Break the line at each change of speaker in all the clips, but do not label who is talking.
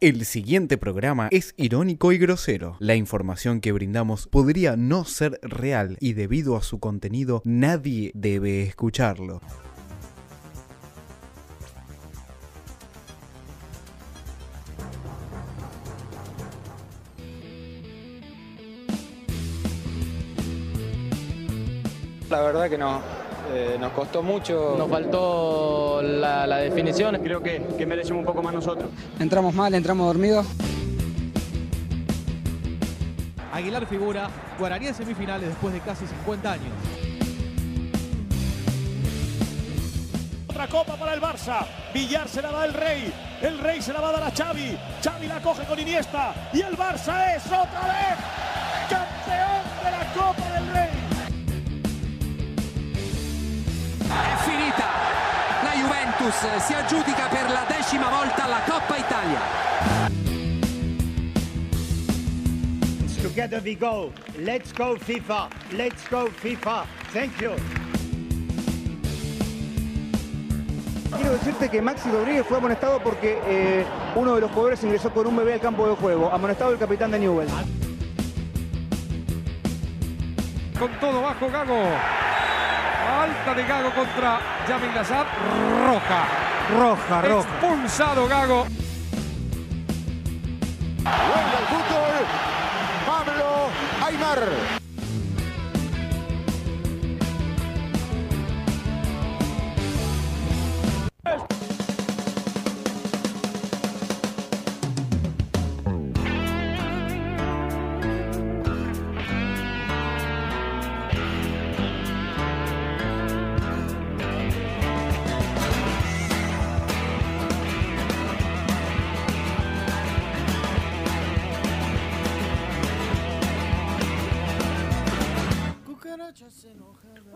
El siguiente programa es irónico y grosero. La información que brindamos podría no ser real y debido a su contenido nadie debe escucharlo.
La verdad que no. Eh, nos costó mucho.
Nos faltó la, la definición.
Creo que, que merecemos un poco más nosotros.
Entramos mal, entramos dormidos.
Aguilar figura, Guaraní en semifinales después de casi 50 años.
Otra copa para el Barça. Villar se la da el Rey. El Rey se la va a dar a Xavi. Xavi la coge con Iniesta. Y el Barça es otra vez campeón de la Copa del Rey.
È finita. La Juventus si aggiudica per la decima volta la Coppa Italia.
Together we go. Let's go FIFA. Let's go FIFA. Thank you.
Quiero decirte que Maxi Rodríguez fue amonestado porque eh, uno de los jugadores ingresó con un bebé al campo de juego. Amonestado el capitán de Newell.
con todo bajo Gago. Alta de Gago contra Yamin Lazar. Roja.
Roja, roja.
Expulsado Gago.
Vuelve al fútbol Pablo Aymar.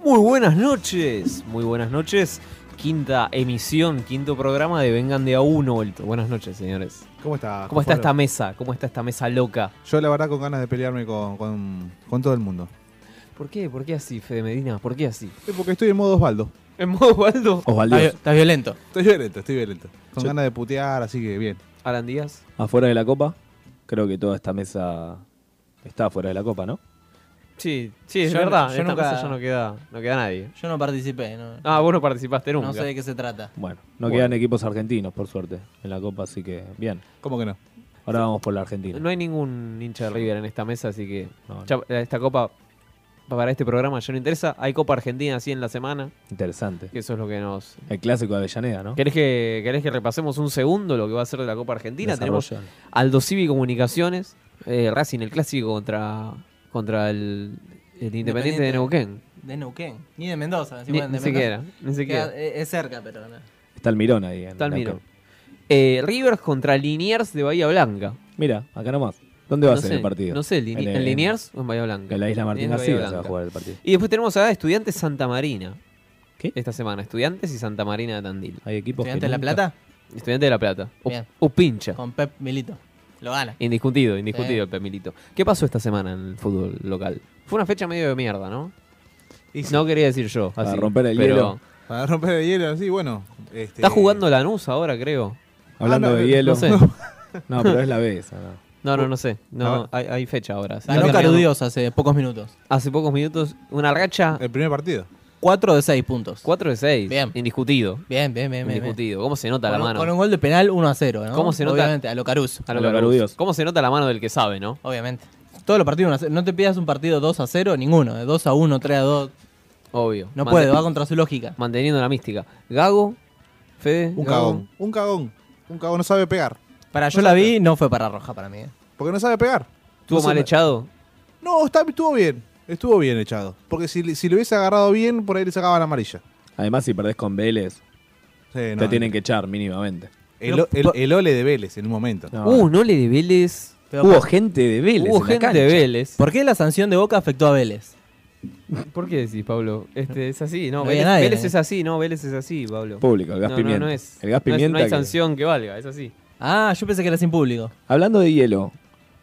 Muy buenas noches, muy buenas noches. Quinta emisión, quinto programa de Vengan de a uno. vuelto. Buenas noches, señores.
¿Cómo está?
¿Cómo está
Fofolo?
esta mesa? ¿Cómo está esta mesa loca?
Yo la verdad con ganas de pelearme con, con- con todo el mundo.
¿Por qué? ¿Por qué así, Fede Medina? ¿Por qué así?
Es porque estoy en modo Osvaldo.
¿En modo Osvaldo?
Osvaldo.
Estás violento.
Estoy violento, estoy violento. Con
Yo-
ganas de putear, así que bien.
Alan Díaz.
Afuera de la copa, creo que toda esta mesa está afuera de la copa, ¿no?
Sí, sí, es
Yo-
verdad.
yo
en esta
nunca-
mesa ya no queda, no queda nadie.
Yo no participé, no.
Ah, vos no participaste nunca.
No sé de qué
se trata.
Bueno, no
Bueno.
quedan equipos argentinos, por suerte, en la copa, así que bien.
¿Cómo que no?
Ahora vamos por la Argentina.
No hay ningún hincha de River en esta mesa, así que
No, no.
ya esta copa pa- para este programa ya no interesa. Hay Copa Argentina así en la semana,
Interesante.
que eso es lo que nos...
El clásico de Avellaneda, ¿no?
¿Querés que, querés que repasemos un segundo lo que va a ser de la Copa Argentina? Tenemos
Desarrollan.
Aldo Civi Comunicaciones, eh, Racing el clásico contra, contra el, el Independiente de Neuquén.
De Neuquén. Ni de Mendoza.
Ni-
encima de
ni
Mendoza.
siquiera, ni siquiera.
Queda- eh, es cerca, pero no.
Está el Mirón ahí. en
Está el
la
Mirón.
copa.
Eh, Rivers contra Liniers de Bahía Blanca.
Mira, acá nomás. ¿Dónde va
No
a ser
sé,
el partido?
No sé, ¿en, Lini-
En,
en
el-
Liniers o en Bahía Blanca?
en la isla Martín
Liniers,
García
Bahía
se va a
Blanca.
jugar el partido.
Y después tenemos a Estudiantes Santa Marina. ¿Qué? Esta semana, Estudiantes y Santa Marina de Tandil.
¿Hay equipos
¿Estudiantes de La Plata?
Estudiantes de La Plata. O,
Bien.
o pincha.
Con Pep Milito. Lo gana.
Indiscutido, indiscutido
Sí.
el Pemilito. ¿Qué pasó esta semana en el fútbol local? Fue una fecha medio de mierda, ¿no? No quería decir yo.
Para
así,
romper el
pero
hielo.
Para romper el hielo, así, bueno. este-
Está jugando Lanús ahora, creo.
Hablando
Ah, no,
de hielo.
no sé.
No, pero es la B esa, ¿no?
No, no, no sé.
A
No,
ver.
hay, hay fecha ahora. así
Ganó
que-
Carudios hace pocos minutos.
Hace pocos minutos, una racha
Eh.
El primer partido.
4 de 6 puntos.
4 de 6.
Bien.
Indiscutido.
Bien, bien, bien. bien, bien.
Indiscutido. ¿Cómo se nota
Con,
la
un-
mano?
con un gol de penal 1 a 0, ¿no?
¿Cómo se nota?
Obviamente, a lo Caruz.
A lo
A lo
Caruso.
Carudios.
¿Cómo se nota la mano del que sabe, no?
Obviamente. Todos los partidos 1 a 0. No te pidas un partido 2 a 0, ninguno. De 2 a 1, 3 a 2.
Obvio.
No
Mante-
puede, va contra su lógica.
Manteniendo la mística. Gago, Fede.
Un
Gago.
cagón. Un cagón. Un cagón. No sabe pegar.
Para yo la vi, no fue para roja para mí. ¿eh?
Porque no sabe pegar.
Estuvo
No sé-
mal echado.
No, está- estuvo bien. Estuvo bien echado. Porque si, le- si lo hubiese agarrado bien, por ahí le sacaban amarilla.
Además, si perdés con Vélez,
Sí, no,
te tienen que echar mínimamente.
el, o- el- el ole de Vélez en un momento.
No.
Uh, no le de Vélez.
Pero
Hubo
por,
gente de Vélez.
Hubo
en la
gente
cancha.
de Vélez.
¿por qué la sanción de Boca afectó a Vélez?
¿Por qué decís, Pablo? Este, es así, no.
No había
Vélez,
nadie,
Vélez
¿eh?
es así, no. Vélez es así, Pablo.
Público, el gas
no, no,
pimienta.
no es.
El gas
no es-
pimienta.
no hay
que-
sanción que valga, es así.
Ah, yo pensé que era sin público.
Hablando de hielo,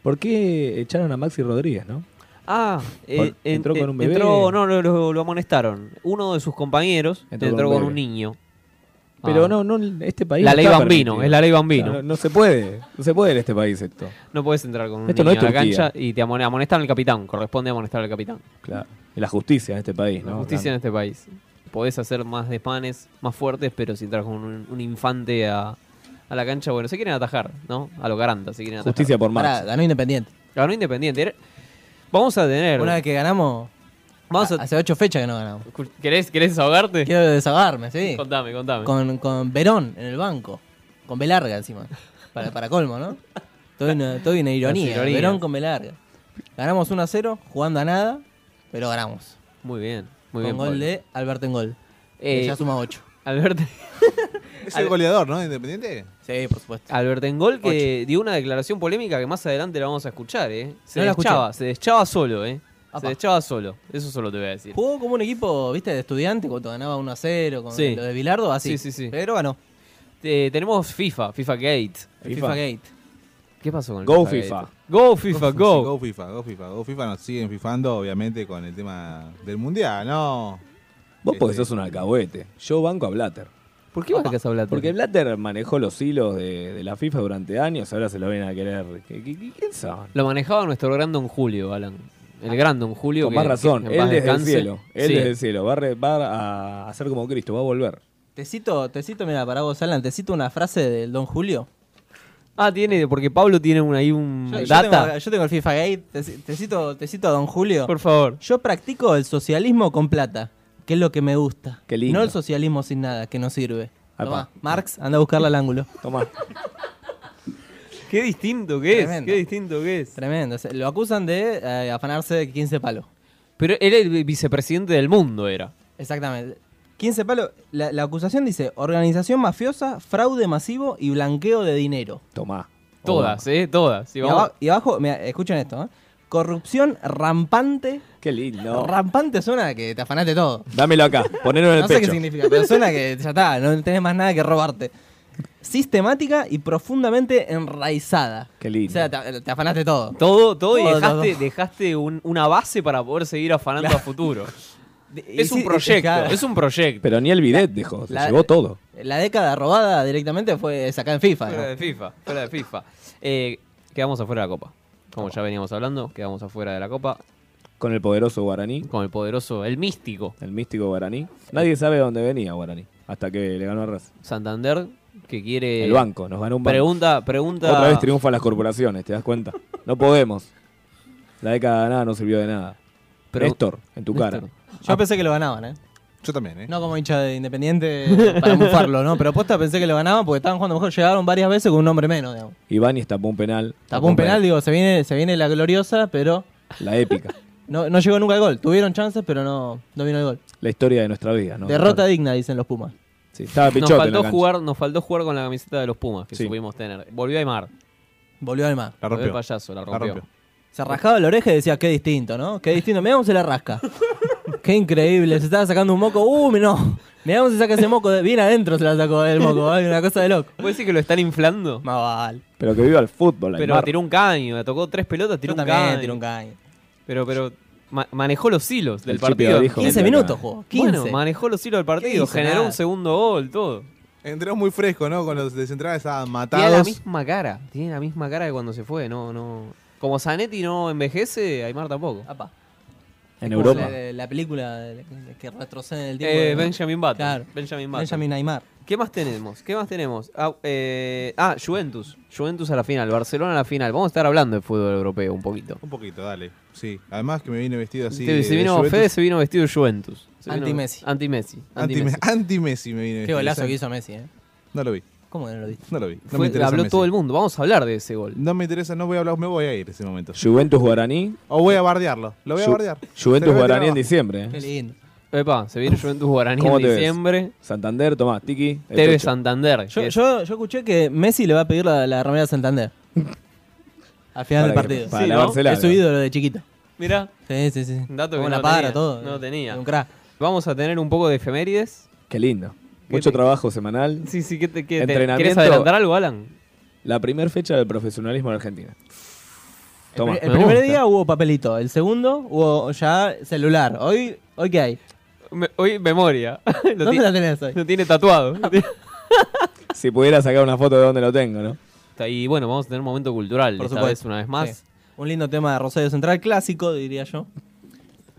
¿por qué echaron a Maxi Rodríguez, no?
Ah, eh, en-
entró con un bebé.
entró- no, lo, lo- lo amonestaron. Uno de sus compañeros entró,
Entró con un
con
bebé.
un niño.
Pero
Ah.
no, no, este país.
La
no
ley
está
Bambino,
permitido.
es la ley Bambino.
No, no se puede, no se puede en este país esto.
No puedes entrar con un
Esto no
niño
es
a la
Turquía.
cancha y te amone- amonestan al capitán. Corresponde amonestar al capitán.
Claro. Y La justicia en este país, ¿no?
La justicia en este país. Podés hacer más desmanes, más fuertes, pero si entras con un, un infante a, a la cancha, bueno, se quieren atajar, ¿no? A lo garanta, se quieren atajar.
Justicia por Marx.
Pará, ganó Independiente.
Ganó Independiente. Era- Vamos a tener.
Una Ah, vez que ganamos,
Vamos a-
hace ocho fechas que no ganamos.
¿Querés, ¿Querés desahogarte?
Quiero desahogarme, sí.
Contame, contame.
Con, con Verón en el banco. Con B larga encima. Para, para colmo, ¿no? Todo una, todo una ironía.
ironías.
Verón con B larga. Ganamos 1 a 0, jugando a nada, pero ganamos.
Muy bien, muy
con
bien.
gol
Pablo.
de Alberto en gol.
Eh,
que ya suma 8.
Alberto.
Es el goleador, ¿no? Independiente.
Sí, por supuesto.
Albert Engol que dio una declaración polémica que más adelante la vamos a escuchar, ¿eh? Se
No la escuché.
deschaba, se deschaba solo, ¿eh? Se
Apa.
deschaba solo. Eso solo te voy a decir.
Jugó como un equipo, viste, de estudiante cuando ganaba 1 a 0, con
Sí.
lo de Bilardo, así.
Sí, sí, sí.
Pero ganó.
Eh, tenemos FIFA, FIFA Gate.
FIFA, Gate.
¿Qué pasó con el
Go
FIFA?
FIFA.
Gate? Go FIFA,
Sí,
go.
Go FIFA, go FIFA, go FIFA. Nos siguen fifando, obviamente, con el tema del mundial, ¿no?
Vos porque sos un alcahuete. Yo banco a Blatter.
¿Por qué vas a hablar?
Porque Blatter manejó los hilos de, de la FIFA durante años, ahora se lo vienen a querer. ¿Qué- qué- qué- ¿Quién sabe?
Lo manejaba nuestro gran Don Julio, Alan. El gran Don Julio.
Con
que-
más razón,
que en
él
paz
desde
descanse.
el cielo. Él
Sí.
desde el cielo. Va, a re- va a hacer como Cristo, va a volver.
Te cito, te cito, mira, para vos, Alan, te cito una frase del Don Julio.
Ah, tiene, porque Pablo tiene un- ahí un
Yo, yo
data.
tengo, yo tengo el FIFA Gate, te, ci- te cito, te cito a Don Julio.
Por favor.
Yo practico el socialismo con plata, que es lo que me gusta.
Qué lindo.
No el socialismo sin nada, que no sirve.
Apa.
Tomá, Marx, anda a buscarla al ángulo.
Tomá.
Qué distinto que es.
Tremendo.
Qué distinto que es.
Tremendo. Se- Lo acusan de eh, afanarse 15 palos.
Pero él el vicepresidente del mundo era.
Exactamente. 15 palos. La, la acusación dice organización mafiosa, fraude masivo y blanqueo de dinero.
Tomá.
Todas, ¿eh? Todas. Y
Y,
vamos-
aba- y abajo, mirá, escuchen esto, ¿eh? Corrupción rampante.
Qué lindo.
Rampante suena que te afanaste todo.
Dámelo acá, ponelo en el
no sé
pecho.
qué significa, pero suena que ya está, no tenés más nada que robarte. Sistemática y profundamente enraizada.
Qué
O
lindo.
sea, te, te afanaste todo.
Todo, todo, y
Todo,
dejaste,
todo.
dejaste un- una base para poder seguir afanando a futuro.
Y
Es un
sí,
proyecto,
claro.
es un proyecto.
Pero ni el bidet dejó, se
la-
llevó todo.
La década robada directamente fue sacada en FIFA.
Fuera
¿no?
de FIFA, fuera de FIFA. Eh, quedamos afuera de la Copa. Como ya veníamos hablando, quedamos afuera de la Copa
Con el poderoso guaraní,
con el poderoso, el místico
el místico guaraní. Nadie sabe de dónde venía guaraní, hasta que le ganó a Racing.
Santander que quiere...
El banco, nos ganó un banco.
Pregunta, pregunta...
Otra vez triunfan las corporaciones, ¿te das cuenta? No podemos. La década de nada no sirvió de nada.
Pero-
Néstor, en tu cara.
Néstor.
Yo pensé que lo ganaban, ¿eh?
Yo también, ¿eh?
No como hincha de Independiente para mufarlo, ¿no? Pero posta pensé que lo ganaban porque estaban jugando mejor. Llegaron varias veces con un hombre menos, digamos.
Ibáñez tapó un penal.
Tapó un penal, digo, se viene, se viene la gloriosa, pero
La épica.
no, no llegó nunca el gol. Tuvieron chances, pero no, no vino el gol.
La historia de nuestra vida, ¿no?
Derrota digna, dicen los Pumas.
Sí, estaba
Nos
Pichote en la
faltó,
cancha.
jugar, nos faltó jugar con la camiseta de los Pumas que
Sí.
supimos tener. Volvió a Aymar,
Volvió al mar.
La
volvió el
rompió.
payaso, la
La
rompió.
rompió.
Se rascaba la oreja y decía, qué distinto, ¿no? Qué distinto. Mirá cómo se la rasca. Qué increíble. Se estaba sacando un moco. Uh, no. Mirá cómo se saca ese moco. de- Bien adentro se la sacó el moco. ¿eh? Una cosa de loco.
¿Puede decir que lo están inflando?
Más vale.
Pero que viva el fútbol,
Pero
Aymar.
tiró un caño, tocó tres pelotas,
Yo
tiró un
también
caño.
tiró un caño.
Pero, pero ma- manejó los hilos del
El Chipi
partido.
Abrijo.
15 minutos jugó. 15.
Bueno, manejó los hilos del partido,
hizo?
generó
Nada.
un segundo gol, todo.
Entró muy fresco, ¿no? Con los descentrales estaban
Tiene la
matados.
misma cara, tiene la misma cara que cuando se fue, no, no. Como Zanetti no envejece, Aymar tampoco.
Apa.
En
Es como
Europa.
La, la película de- de- que retrocede en el tiempo.
Eh,
de-
Benjamin Button.
Claro.
Benjamin Button.
Benjamin Aymar.
¿Qué más tenemos? ¿Qué más tenemos? Ah, eh, ah, Juventus. Juventus a la final, Barcelona a la final. Vamos a estar hablando de fútbol europeo un poquito.
Un poquito, dale. Sí. Además que me vine vestido así.
Este-
de-
se
de
vino
Juventus.
Fede, se vino vestido de Juventus. Se vino-
Anti-Messi.
Anti-Messi.
Anti-
Anti-Messi.
Anti-Messi me vine
Qué
vestido.
golazo que
¿sabes?
hizo Messi, ¿eh?
No lo vi.
¿Cómo que no lo viste?
No lo vi. No
Fue-
me interesa.
habló
Messi.
todo el mundo. Vamos a hablar de ese gol.
No me interesa, no voy a hablar, me voy a ir ese momento.
Juventus Guaraní.
O voy a bardearlo. Lo voy a
Ju-
bardear. este Se
Juventus
lo voy a
Guaraní
tirar
en
abajo.
diciembre.
Qué
¿eh?
lindo.
Epa, se viene Juventus Guaraní
¿Cómo
en
te ves?
diciembre.
Santander, tomá, Tiki. el
TV
pecho.
Santander.
Yo,
que es-
yo, yo escuché que Messi le va a pedir la, la remera de Santander. Al final del
Para que-
partido.
Para
Sí, ¿no?
lavársela.
Es su ídolo de chiquito.
Mirá,
Sí, sí, sí.
Un dato que
Como la
no
para
tenía.
todo.
No tenía.
Un crack.
vamos a tener un poco de efemérides.
Qué lindo.
¿Qué
Mucho
te-
trabajo semanal.
Sí, sí, ¿qué te, qué te-
Entrenamiento-
¿Quieres adelantar algo, Alan?
La primer fecha del profesionalismo en Argentina. Toma.
el
me
primer
gusta.
día hubo papelito. El segundo hubo ya celular. Hoy, hoy ¿qué hay?
Me- hoy memoria. lo,
¿Dónde
ti-
la tenés hoy?
lo tiene tatuado.
si pudiera sacar una foto de donde lo tengo, ¿no?
Y bueno, vamos a tener un momento cultural
Por
esta vez,
supuesto.
una vez más.
Sí. Un lindo tema de Rosario Central, clásico, diría yo.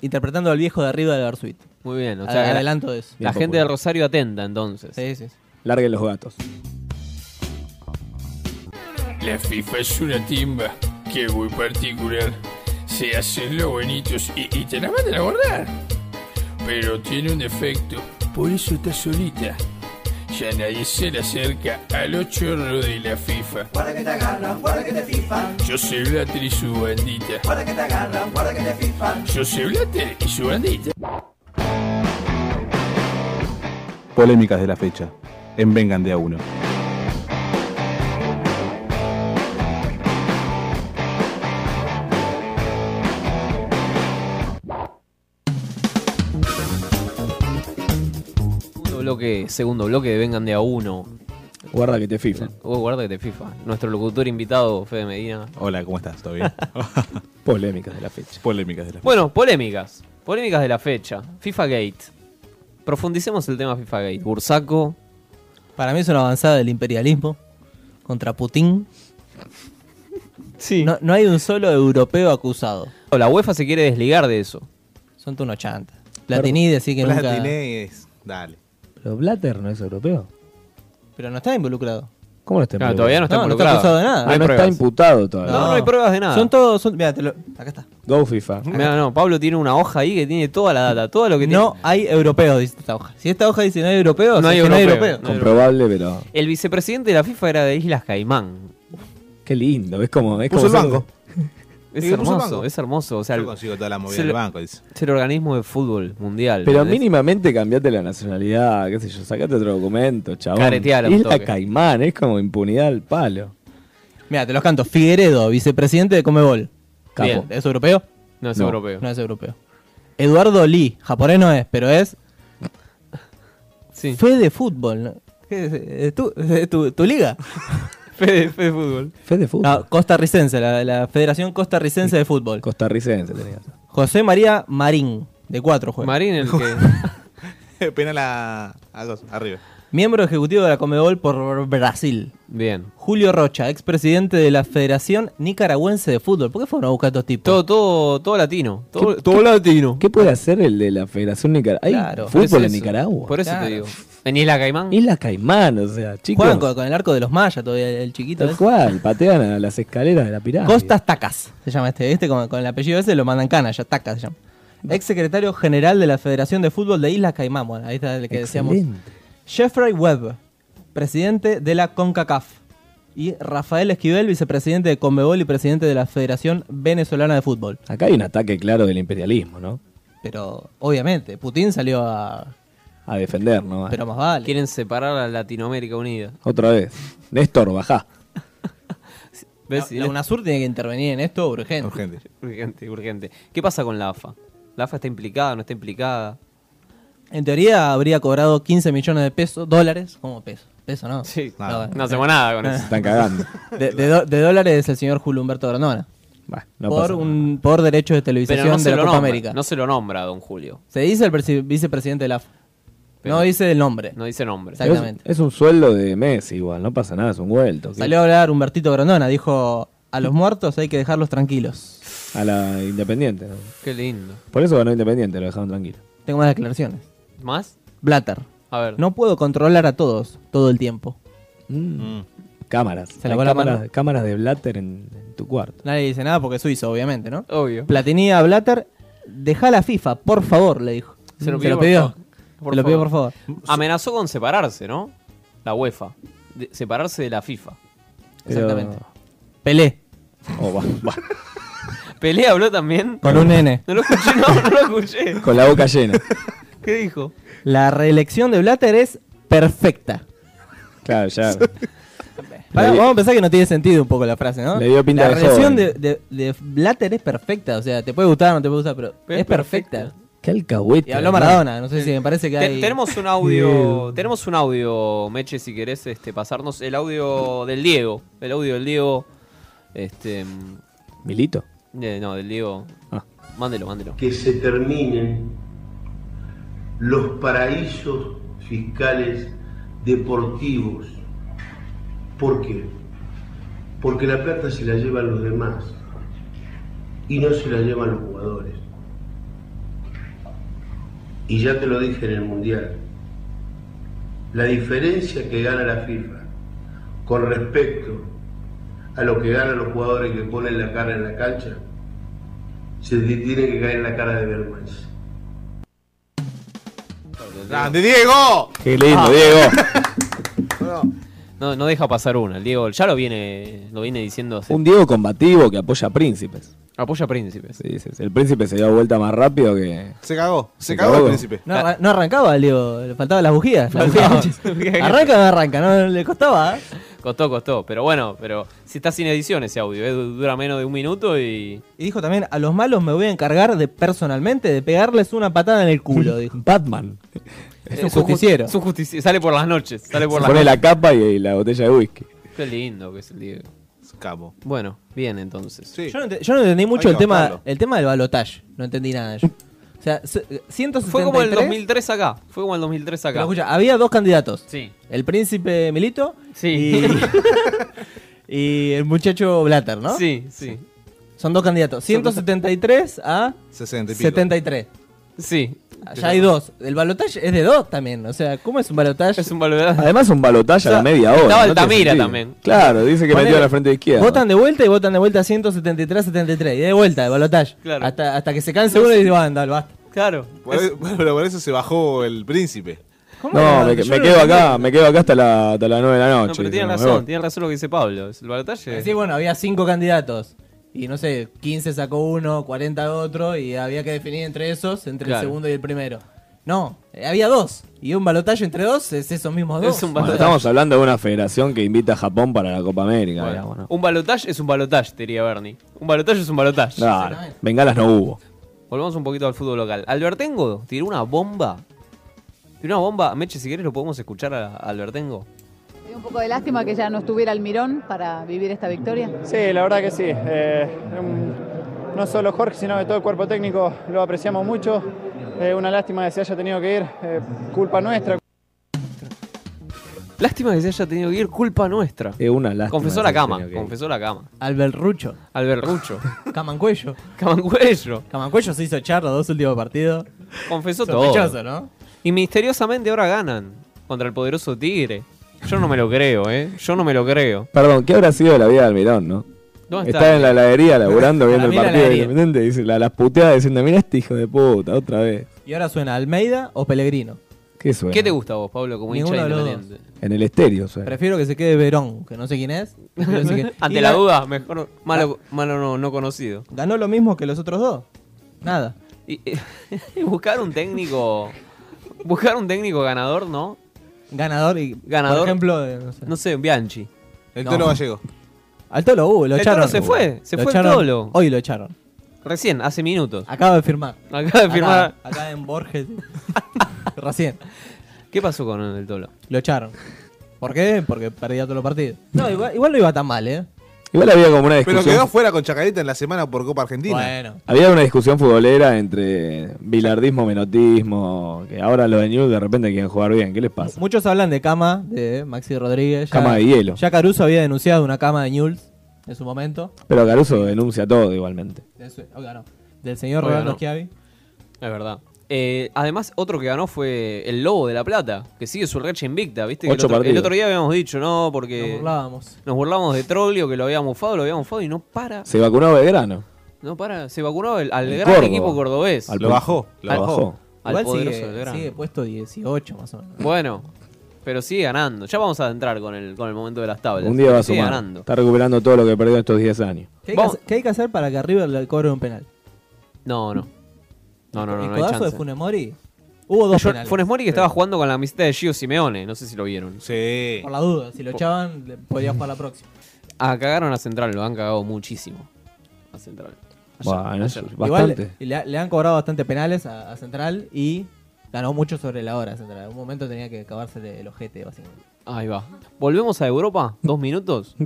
Interpretando al viejo de arriba de Bersuit.
Muy bien, o
Ad-
sea, la-
adelanto de eso.
La gente de Rosario atenta entonces.
Sí, sí.
Larguen los gatos.
La FIFA es una timba que es muy particular. Se hacen los buenitos y, y te la mandan a guardar. Pero tiene un defecto, por eso está solita. Ya nadie se le acerca a los chorros de la FIFA.
Guarda que te agarran, guarda que te fifan.
Yo soy Blatter y su bandita.
Guarda que te agarran, guarda que te fifan.
Yo soy Blatter y su bandita.
Polémicas de la fecha. En Vengan de a uno.
Segundo bloque, segundo bloque de Vengan de a uno.
Guarda que te FIFA.
Oh, guarda que te FIFA. Nuestro locutor invitado, Fede Medina.
Hola, ¿cómo estás? ¿Todo bien?
Polémicas de la fecha.
Polémicas de la
Bueno, polémicas. Polémicas de la fecha. FIFA Gate. Profundicemos el tema FIFA Gate. Bursaco.
Para mí es una avanzada del imperialismo contra Putin.
Sí.
No, no hay un solo europeo acusado.
La UEFA se quiere desligar de eso.
Son unos chantas. Platini decía que nunca-
Platiné es- Dale.
Pero Blatter no es europeo.
Pero no está involucrado.
¿Cómo no está
Claro,
involucrado?
todavía no está involucrado.
acusado de nada.
No hay
Ah, no está
pruebas.
imputado todavía.
No, no hay pruebas de nada.
Son todos. Son, mirá, te lo- acá está.
Go FIFA.
Mirá, no, Pablo tiene una hoja ahí que tiene toda la
Mm.
data, todo lo que
No hay europeo, dice esta hoja. Si esta hoja dice no hay europeo,
No
o sea,
hay
que
europeo, no hay
Comprobable, pero.
tiene. El vicepresidente de la FIFA era de Islas Caimán.
Qué lindo. Es como. Es
Puso
como
el
ser-
banco. Es
Y le puso el
hermoso,
banco.
es hermoso. O sea,
Yo
el-
consigo toda la movida
es el-
del banco, dice.
Es el organismo de fútbol mundial.
Pero
¿entendés?
mínimamente cambiate la nacionalidad, qué sé yo, sacate otro documento, chabón.
Careteala un
Isla
toque.
Caimán, es como impunidad al palo.
Mira, te los canto. Figueredo, vicepresidente de Comebol.
Capo.
Bien. ¿Es europeo?
No es
No.
europeo.
No es europeo. Eduardo Lee, japonés no es, pero es.
Sí.
Fe de fútbol. ¿no? ¿Qué es? ¿Es tu, es tu- tu liga?
Fede, Fede Fútbol.
Fede Fútbol.
No, costarricense, la, la Federación Costarricense de Fútbol.
Costarricense tenía.
José María Marín, de cuatro juegos.
Marín el que.
Penal a, a dos, arriba.
Miembro ejecutivo de la Comebol por Brasil.
Bien.
Julio Rocha, expresidente de la Federación Nicaragüense de Fútbol. ¿Por qué fueron a buscar a estos tipos?
Todo, todo, todo latino. Todo,
¿Qué-
todo
qué-
latino.
¿Qué puede hacer el de la Federación Nicaragua? Hay
Claro.
Por eso
fútbol en
eso.
Nicaragua.
Por eso
Claro.
te digo. En Isla Caimán.
Isla Caimán, o sea,
Juegan
chicos.
con, ¿eh? con el arco de los mayas todavía, el chiquito.
Tal
ese.
cual, patean a las escaleras de la pirámide.
Costas Tacas se llama este. Este con, con el apellido ese lo mandan cana, ya Tacas se llama. Ex secretario general de la Federación de Fútbol de Islas Caimán. Bueno, ahí está el que decíamos.
Excelente.
Jeffrey Webb, presidente de la CONCACAF. Y Rafael Esquivel, vicepresidente de Conmebol y presidente de la Federación Venezolana de Fútbol.
Acá hay un ataque claro del imperialismo, ¿no?
Pero, obviamente, Putin salió a.
A defender, ¿no?
Pero más vale.
Quieren separar a Latinoamérica Unida.
Otra vez. Néstor, bajá.
¿Ves?
La UNASUR tiene que intervenir en esto urgente.
Urgente, urgente. ¿Qué pasa con la AFA? ¿La AFA está implicada, no está implicada?
En teoría habría cobrado 15 millones de pesos, dólares. ¿Cómo peso? Peso no.
Sí,
No,
no,
bueno.
no hacemos nada
ah.
con eso.
Están cagando.
De, de do- de dólares el señor Julio Humberto Grandona.
no
por,
pasa
un, por derechos de televisación
Pero no se,
de la
lo
Copa
nombra,
América.
no se lo nombra, don Julio.
Se dice el presi- vicepresidente de la AFA.
Pero-
no dice el nombre.
No dice nombre.
Exactamente.
Es, es un sueldo de Messi igual, no pasa nada, es un vuelto. ¿sí?
Salió a hablar Humbertito Grandona. Dijo: A los muertos hay que dejarlos tranquilos.
A la Independiente. ¿no?
Qué lindo.
Por eso ganó Independiente, lo dejaron tranquilo.
Tengo más declaraciones.
¿Más?
Blatter.
A ver.
No puedo controlar a todos todo el tiempo.
Cámaras.
Mm. Se
Hay
lavó la
cámaras,
mano.
cámaras de Blatter en, en tu cuarto.
Nadie dice nada porque es suizo, obviamente, ¿no?
Obvio.
Platini a Blatter: Deja la FIFA, por favor, le dijo.
Se lo
Se
pidió,
lo
por
pidió.
favor. Por
Se lo pidió, por
favor.
favor.
Amenazó con separarse, ¿no? La UEFA. De- separarse de la FIFA.
Pero-
Exactamente. Pelé.
Oh, va, va.
Pelé habló también.
Con un nene.
No lo escuché, no, no lo escuché.
Con la boca llena.
¿Qué dijo?
La reelección de Blatter es perfecta.
Claro, ya.
Pará,
Le di-
vamos a pensar que no tiene sentido un poco la frase, ¿no?
Le dio pinta
la
de
relación
joven.
de, de, de Blatter es perfecta, o sea, te puede gustar o no te puede gustar, pero es, perfecta.
Qué alcahuete.
Y habló
hermano.
Maradona, no sé si me parece que
Te-
hay...
tenemos un audio, tenemos un audio, Meche, si querés este, pasarnos el audio del Diego, el audio del Diego, este, mm,
Milito.
eh, no, del Diego,
Ah.
mándelo, mándelo.
que se terminen los paraísos fiscales deportivos. ¿Por qué? Porque la plata se la llevan los demás y no se la llevan los jugadores. Y ya te lo dije en el Mundial. La diferencia que gana la FIFA con respecto a lo que ganan los jugadores que ponen la cara en la cancha, se te tiene que caer la cara de vergüenza.
¡Grande, Diego!
Qué lindo, Diego.
No, no deja pasar una. El Diego ya lo viene, lo viene diciendo hace.
Un Diego combativo que apoya a príncipes.
Apoya a Príncipes.
Sí, sí, sí. El príncipe se dio vuelta más rápido que.
Se cagó, se,
Se
cagó,
cagó.
el príncipe.
No, arra- no arrancaba, Leo. Le faltaban las bujías. Ah. las
Faltaba.
bujías. arranca o no arranca, no le costaba. ¿eh?
Costó, costó. Pero bueno, pero si está sin edición ese audio, eh, du- dura menos de un minuto y.
Y dijo también, a los malos me voy a encargar de personalmente de pegarles una patada en el culo, dijo.
Batman.
Es un justiciero.
Es un justiciero. Sale por las noches. Sale por
Se
las
pone la
noches.
capa y, y la botella de whisky.
Qué lindo que es el Diego.
Capo.
Bueno, bien entonces.
Yo, no ente- yo no entendí mucho
Hay
el
que
tema,
bancarlo.
el tema del balotaje. No entendí nada yo. O sea, se- 173...
Fue como el 2003 acá. Fue como el 2003 acá.
Pero escucha, había dos candidatos.
Sí.
El príncipe Milito
Sí.
y, y el muchacho Blatter, ¿no?
Sí, sí.
Son dos candidatos. 173 a
60 y pico.
73.
Sí.
Ya hay dos. El balotaje es de dos también. O sea, ¿cómo es un balotaje? Es
un balotaje.
Además, un balotaje a la
O sea,
media hora.
Ah. estaba
no tiene
Altamira
sentido.
también.
Claro, dice que
Ponele,
metió a la frente izquierda.
Votan de vuelta y votan de vuelta 173 73. Y de vuelta, de balotaje.
Claro.
Hasta, hasta que se canse uno y dice, "Bueno, dale, basta.
Claro.
Por e- bueno, pero por eso se bajó el príncipe.
No, me, me quedo acá, me quedo acá hasta la, hasta las 9 de la noche.
No, pero tiene
No, me
razón,
voy.
tiene razón lo que dice Pablo. Es El balotaje.
Sí, bueno, había cinco candidatos. Y no sé, 15 sacó uno, 40 otro, y había que definir entre esos, entre
Claro.
el segundo y el primero. No, eh, había dos. Y un balotaje entre dos es esos mismos dos.
Bueno, estamos hablando de una federación que invita a Japón para la Copa América. eh. digamos, ¿no?
Un balotaje es un balotaje, te diría Bernie. Un balotaje es un balotaje.
Claro, bengalas no hubo.
Volvamos un poquito al fútbol local. Albertengo tiró una bomba. Tiró una bomba. Meche, si querés lo podemos escuchar a a Albertengo.
Me dio Un poco de lástima que ya no estuviera Almirón para vivir este- esta victoria.
Sí, la verdad que sí. Eh, un- no solo Jorge, sino de todo el cuerpo técnico lo apreciamos mucho. Eh, una lástima que se haya tenido que ir. eh, culpa nuestra.
Lástima que se haya tenido que ir, culpa nuestra.
Es Eh, una lástima.
confesó
que
la
se
cama,
tenga que ir.
confesó la cama.
Albert Rucho.
Albert Rucho.
Camancuello.
Camancuello.
Camancuello se hizo echar los dos últimos partidos.
Confesó
Sospechoso,
todo.
¿no?
Y misteriosamente ahora ganan contra el poderoso Tigre. Yo no me lo creo, ¿eh? Yo no me lo creo.
Perdón, ¿qué habrá sido de la vida de Almirón, no?
¿Dónde
Está,
está?
en la heladería laburando,
Para
viendo el
mí la
partido de
heladería.
Independiente. Dice, la- las puteadas diciendo, mira este hijo de puta, otra vez.
Y ahora suena Almeida o Pellegrino.
¿Qué suena?
¿Qué te gusta a vos, Pablo, como hincha
Ninguno de los dos.
independiente?
En el estéreo suena.
Prefiero que se quede Verón, que no sé quién es. pero sí que-
Ante
Y
la
ga-
duda, mejor malo, malo no, no conocido.
Ganó lo mismo que los otros dos. Nada.
Y, y buscar un técnico. Buscar un técnico ganador, ¿no?
Ganador y.
Ganador.
Por ejemplo, eh, no sé.
No sé, Bianchi.
El
No.
Tolo Gallego.
Al Tolo, uh, lo
El
echaron.
Tolo se fue, se
Lo
fue el
echaron-
Tolo.
Hoy lo echaron.
Recién, hace minutos.
Acaba de firmar.
Acaba de firmar.
Acá, acá en Borges. Recién.
Ah.
¿Qué pasó con el Tolo?
Lo echaron. ¿Por qué? Porque perdía todos los partidos. No, igual, igual no iba tan mal, ¿eh?
Igual había como una
Pero
discusión.
quedó fuera con Chacarita en la semana por Copa Argentina.
Bueno.
Había una discusión futbolera entre bilardismo, menotismo, que ahora los de News de repente quieren jugar bien. ¿Qué les pasa?
Muchos hablan de cama de Maxi Rodríguez.
Cama de hielo.
Ya Caruso había denunciado una cama de Newell's en su momento.
Pero Caruso denuncia todo igualmente.
De su- oiga, no. Del señor
Oiga,
Roberto
no.
Schiavi.
Es verdad. Eh, además, otro que ganó fue el Lobo de la Plata, que sigue su racha invicta, ¿viste? Que
Ocho
el, otro, el
partidos.
otro día habíamos dicho, ¿no? Porque.
Nos burlábamos.
Nos burlábamos de Troglio, que lo habíamos mufado, lo habíamos mufado y no para.
Se vacunó Belgrano.
No para. Se vacunó el- al
En
gran
Córdoba.
equipo cordobés.
Al- Lo bajó, lo
al,
bajó.
Al
Igual
poderoso
sigue,
Belgrano.
sigue puesto 18 más o menos.
Bueno, pero sigue ganando. Ya vamos a entrar con el, con el momento de las tablas.
Un día va a
Sigue
sumar.
ganando.
Está recuperando todo lo que perdió estos 10 años.
¿Qué hay, que, hacer- qué hay que hacer para que River le cobre un penal?
No, no. No, no, no,
¿El
no hay
codazo de
chance.
Funes Mori? Hubo dos
Yo-
penales.
Funes Mori que estaba jugando con la camiseta de Gio Simeone, no sé si lo vieron.
Sí.
Por la duda, si lo echaban, le- podía jugar la próxima.
Ah, cagaron a Central, lo han cagado muchísimo. A Central. Ayer,
Bueno,
ayer.
Igual le- le, le han cobrado bastante penales a, a Central y ganó mucho sobre la hora Central. En un momento tenía que acabarse el ojete, básicamente.
Ahí va. Volvemos a Europa, dos minutos.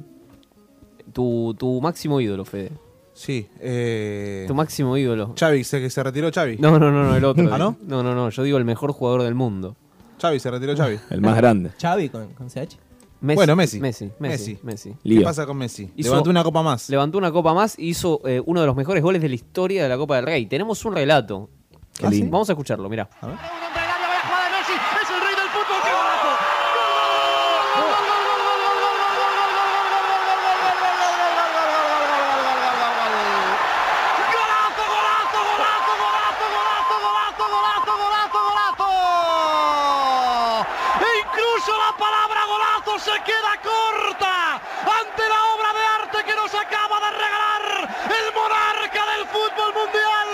Tu, tu máximo ídolo, Fede.
Sí. Eh...
Tu máximo ídolo.
Xavi, sé que se retiró Xavi.
No, no, no, no, el otro.
¿Ah, no?
No, no, no, yo digo el mejor jugador del mundo.
Xavi, se retiró Xavi.
El más grande.
Xavi con, con CH.
Bueno, Messi.
Messi, Messi,
Messi.
Messi.
¿Qué
Lío.
pasa con Messi?
Hizo-
Levantó una copa más.
Levantó una copa más y hizo eh, uno de los mejores goles de la historia de la Copa del Rey. Tenemos un relato.
Qué lindo.
Vamos a escucharlo, mirá.
Es el rey del fútbol, qué golazo.
E incluso la palabra golazo se queda corta ante la obra de arte que nos acaba de regalar el monarca del fútbol mundial.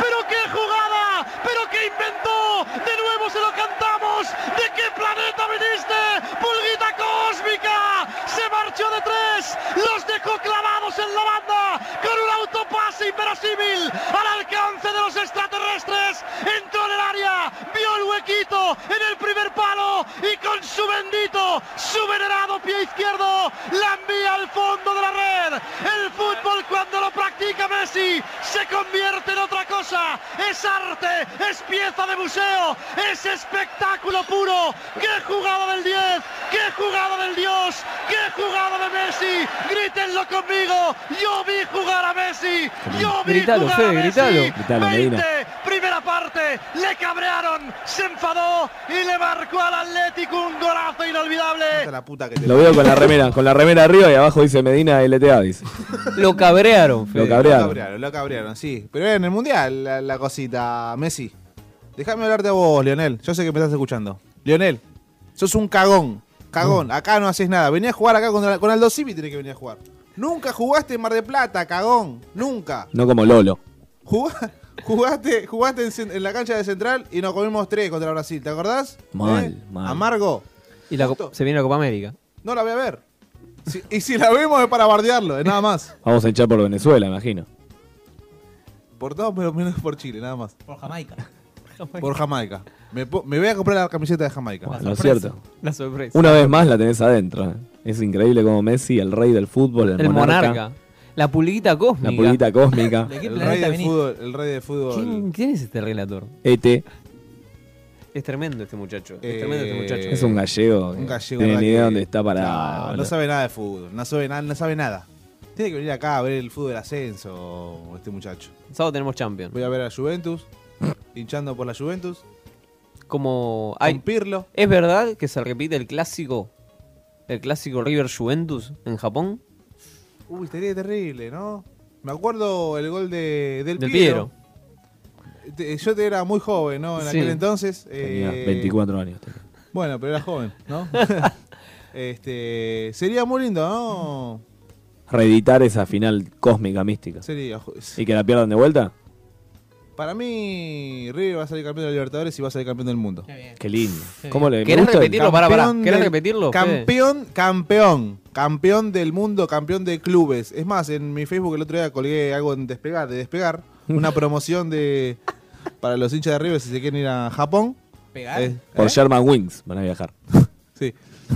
Pero qué jugada, pero qué inventó. De nuevo se lo cantamos. ¿De qué planeta viniste? Pulguita cósmica. Se marchó de tres, los dejó clavados en la banda con un autopase inverosímil al alcance de los extraterrestres. Entró en el área, vio el huequito en el primer palo y con su bendito, su venerado pie izquierdo la envía al fondo de la red. El fútbol cuando lo practica Messi se convierte en otra cosa. Es arte, es pieza de museo, es espectáculo puro. ¡Qué jugada del 10! ¡Qué jugada del Dios! ¡Qué jugada de Messi! ¡Grítenlo conmigo! Yo vi jugar a Messi. Yo vi
Gritalo,
jugar a
Fede,
Messi.
gritalo. Gritalo,
20,
Medina.
primera parte, le cabrearon, se enfadó y le marcó al Atlético un golazo inolvidable.
Lo veo con la remera, con la remera arriba y abajo dice Medina LTA, dice.
Lo cabrearon, Fede.
Lo cabrearon.
Lo cabrearon, lo cabrearon, sí. Pero era en el mundial la, la cosita, Messi. Déjame hablarte a vos, Leonel. Yo sé que me estás escuchando. Leonel, sos un cagón.
Mm.
Cagón, acá no haces nada. Venía a jugar acá con, con Aldo Civi, tenés que venir a jugar. Nunca jugaste en Mar de Plata, cagón. Nunca.
No como Lolo.
Jugá- jugaste jugaste en, cen- en la cancha de Central y nos comimos tres contra Brasil, ¿te acordás?
Mal,
¿Eh?
mal.
Amargo,
Y la co- se viene la Copa América.
no la voy a ver. Si- y si la vemos es para bardearlo, es nada más.
Vamos a hinchar por Venezuela, imagino.
Por todos menos, menos por Chile, nada más.
Por Jamaica.
Por Jamaica. Me, po- me voy a comprar la camiseta de Jamaica.
Lo cierto.
La sorpresa.
Una vez más la tenés adentro. ¿eh? Es increíble como Messi, el rey del fútbol, el,
El monarca. La pulguita cósmica.
la pulguita cósmica,
El rey, del fútbol, el rey del fútbol.
¿Quién, quién es este relator?
ET.
Es tremendo este muchacho. Es
Eh,
tremendo este muchacho.
Es un gallego.
Un gallego,
Tiene
¿verdad
ni idea
que-
dónde está
No,
parado.
no sabe nada de fútbol, no sabe, nada no sabe nada. Tiene que venir acá a ver el fútbol ascenso, este muchacho.
Sábado tenemos Champions.
Voy a ver a Juventus, hinchando por la Juventus.
Como. Hay,
Con Pirlo.
¿Es verdad que se repite el clásico? El clásico River Juventus en Japón.
Uy, estaría terrible, ¿no? Me acuerdo el gol de, del,
Del
Piero. Te- Yo te era muy joven, ¿no? En
Sí.
aquel entonces.
Tenía
eh,
24 años. tenía.
Bueno, pero era joven, ¿no? este, sería muy lindo, ¿no?
Reeditar esa final cósmica mística.
Sería. ju-
¿Y que la pierdan de vuelta?
Para mí, River va a salir campeón de la Libertadores y va a salir campeón del mundo.
Qué lindo.
Sí.
¿Cómo le me
¿Querés
gusta el-
repetirlo? Pará, pará.
Campeón
¿Querés
del-
repetirlo? Fede?
Campeón, campeón. Campeón del mundo, campeón de clubes. Es más, en mi Facebook el otro día colgué algo en despegar, de despegar. Una promoción de para los hinchas de River si se quieren ir a Japón.
¿Pegar?
Eh,
Por
¿eh?
Sherman Wings van a viajar.
Sí.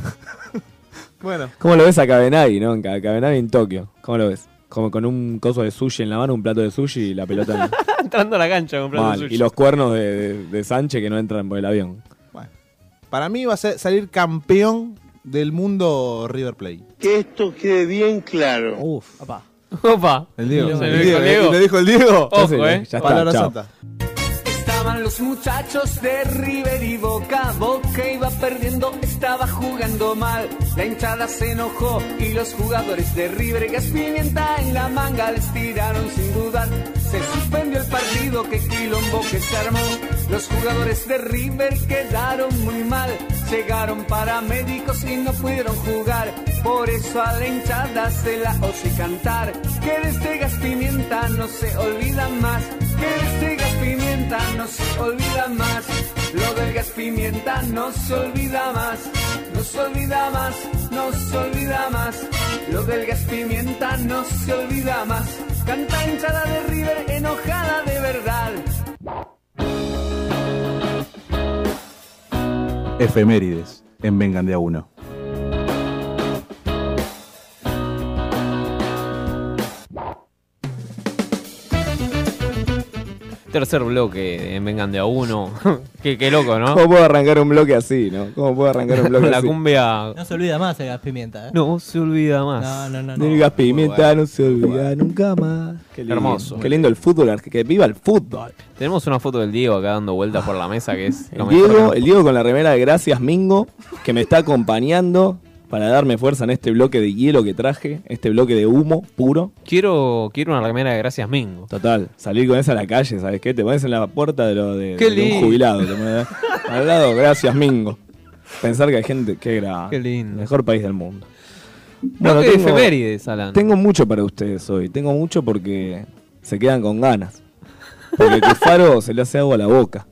bueno.
¿Cómo lo ves a Cabenaghi, no? En Ca- Cabenaghi en Tokio. ¿Cómo lo ves? Como con un coso de sushi en la mano, un plato de sushi y la pelota en-
Entrando a la cancha comprando
Mal.
sushi.
Y los cuernos de, de- de Sánchez que no entran por el avión.
Para mí va a ser- salir campeón del mundo River Play.
Que esto quede bien claro.
Uf.
Opa.
El Diego.
Se lo
El
dijo
Diego,
el
¿eh?
Diego.
¿Lo dijo el Diego?
Ojo,
Ya
eh.
está,
Palabra
chao.
santa.
Estaban los muchachos de River y Boca, Boca iba perdiendo, estaba jugando mal. La hinchada se enojó y los jugadores de River gas pimienta en la manga les tiraron sin dudar. Se suspendió el partido, que quilombo que se armó. Los jugadores de River quedaron muy mal. Llegaron paramédicos y no pudieron jugar. Por eso a la hinchada se la oye cantar. Que de este gas pimienta no se olvida más. Que de este gas pimienta no se olvida más. Lo del gas pimienta no se olvida más. No se olvida más, no se olvida más. Lo del gas pimienta no se olvida más. Canta hinchada de River enojada de verdad.
Efemérides en Vengan de a uno.
Tercer bloque, eh, vengan de a uno. qué, qué loco, ¿no?
¿Cómo puedo arrancar un bloque así, no? ¿Cómo puedo arrancar un bloque
Ah. La
así?
cumbia.
No se olvida más el gas pimienta, ¿eh?
No se olvida más.
No, no, no. no.
Del gas pimienta no se olvida nunca más. Qué lindo.
Hermoso.
Qué lindo el fútbol, ar- que viva el fútbol.
Tenemos una foto del Diego acá dando vueltas por la mesa que es lo
El
mejor.
Diego, el Diego con la remera de Gracias Mingo, que me está acompañando para darme fuerza en este bloque de hielo que traje, este bloque de humo puro.
Quiero, quiero una remera de gracias Mingo.
Total, salir con esa a la calle, ¿sabes qué? Te pones en la puerta de, lo de,
Qué
de un
lindo.
jubilado. te pones al lado, Gracias Mingo. Pensar que hay gente que era
Qué lindo.
mejor país del mundo.
Bloque de efemérides, Alan.
Tengo mucho para ustedes hoy. Tengo mucho porque se quedan con ganas. Porque Cufaro se le hace agua a la boca.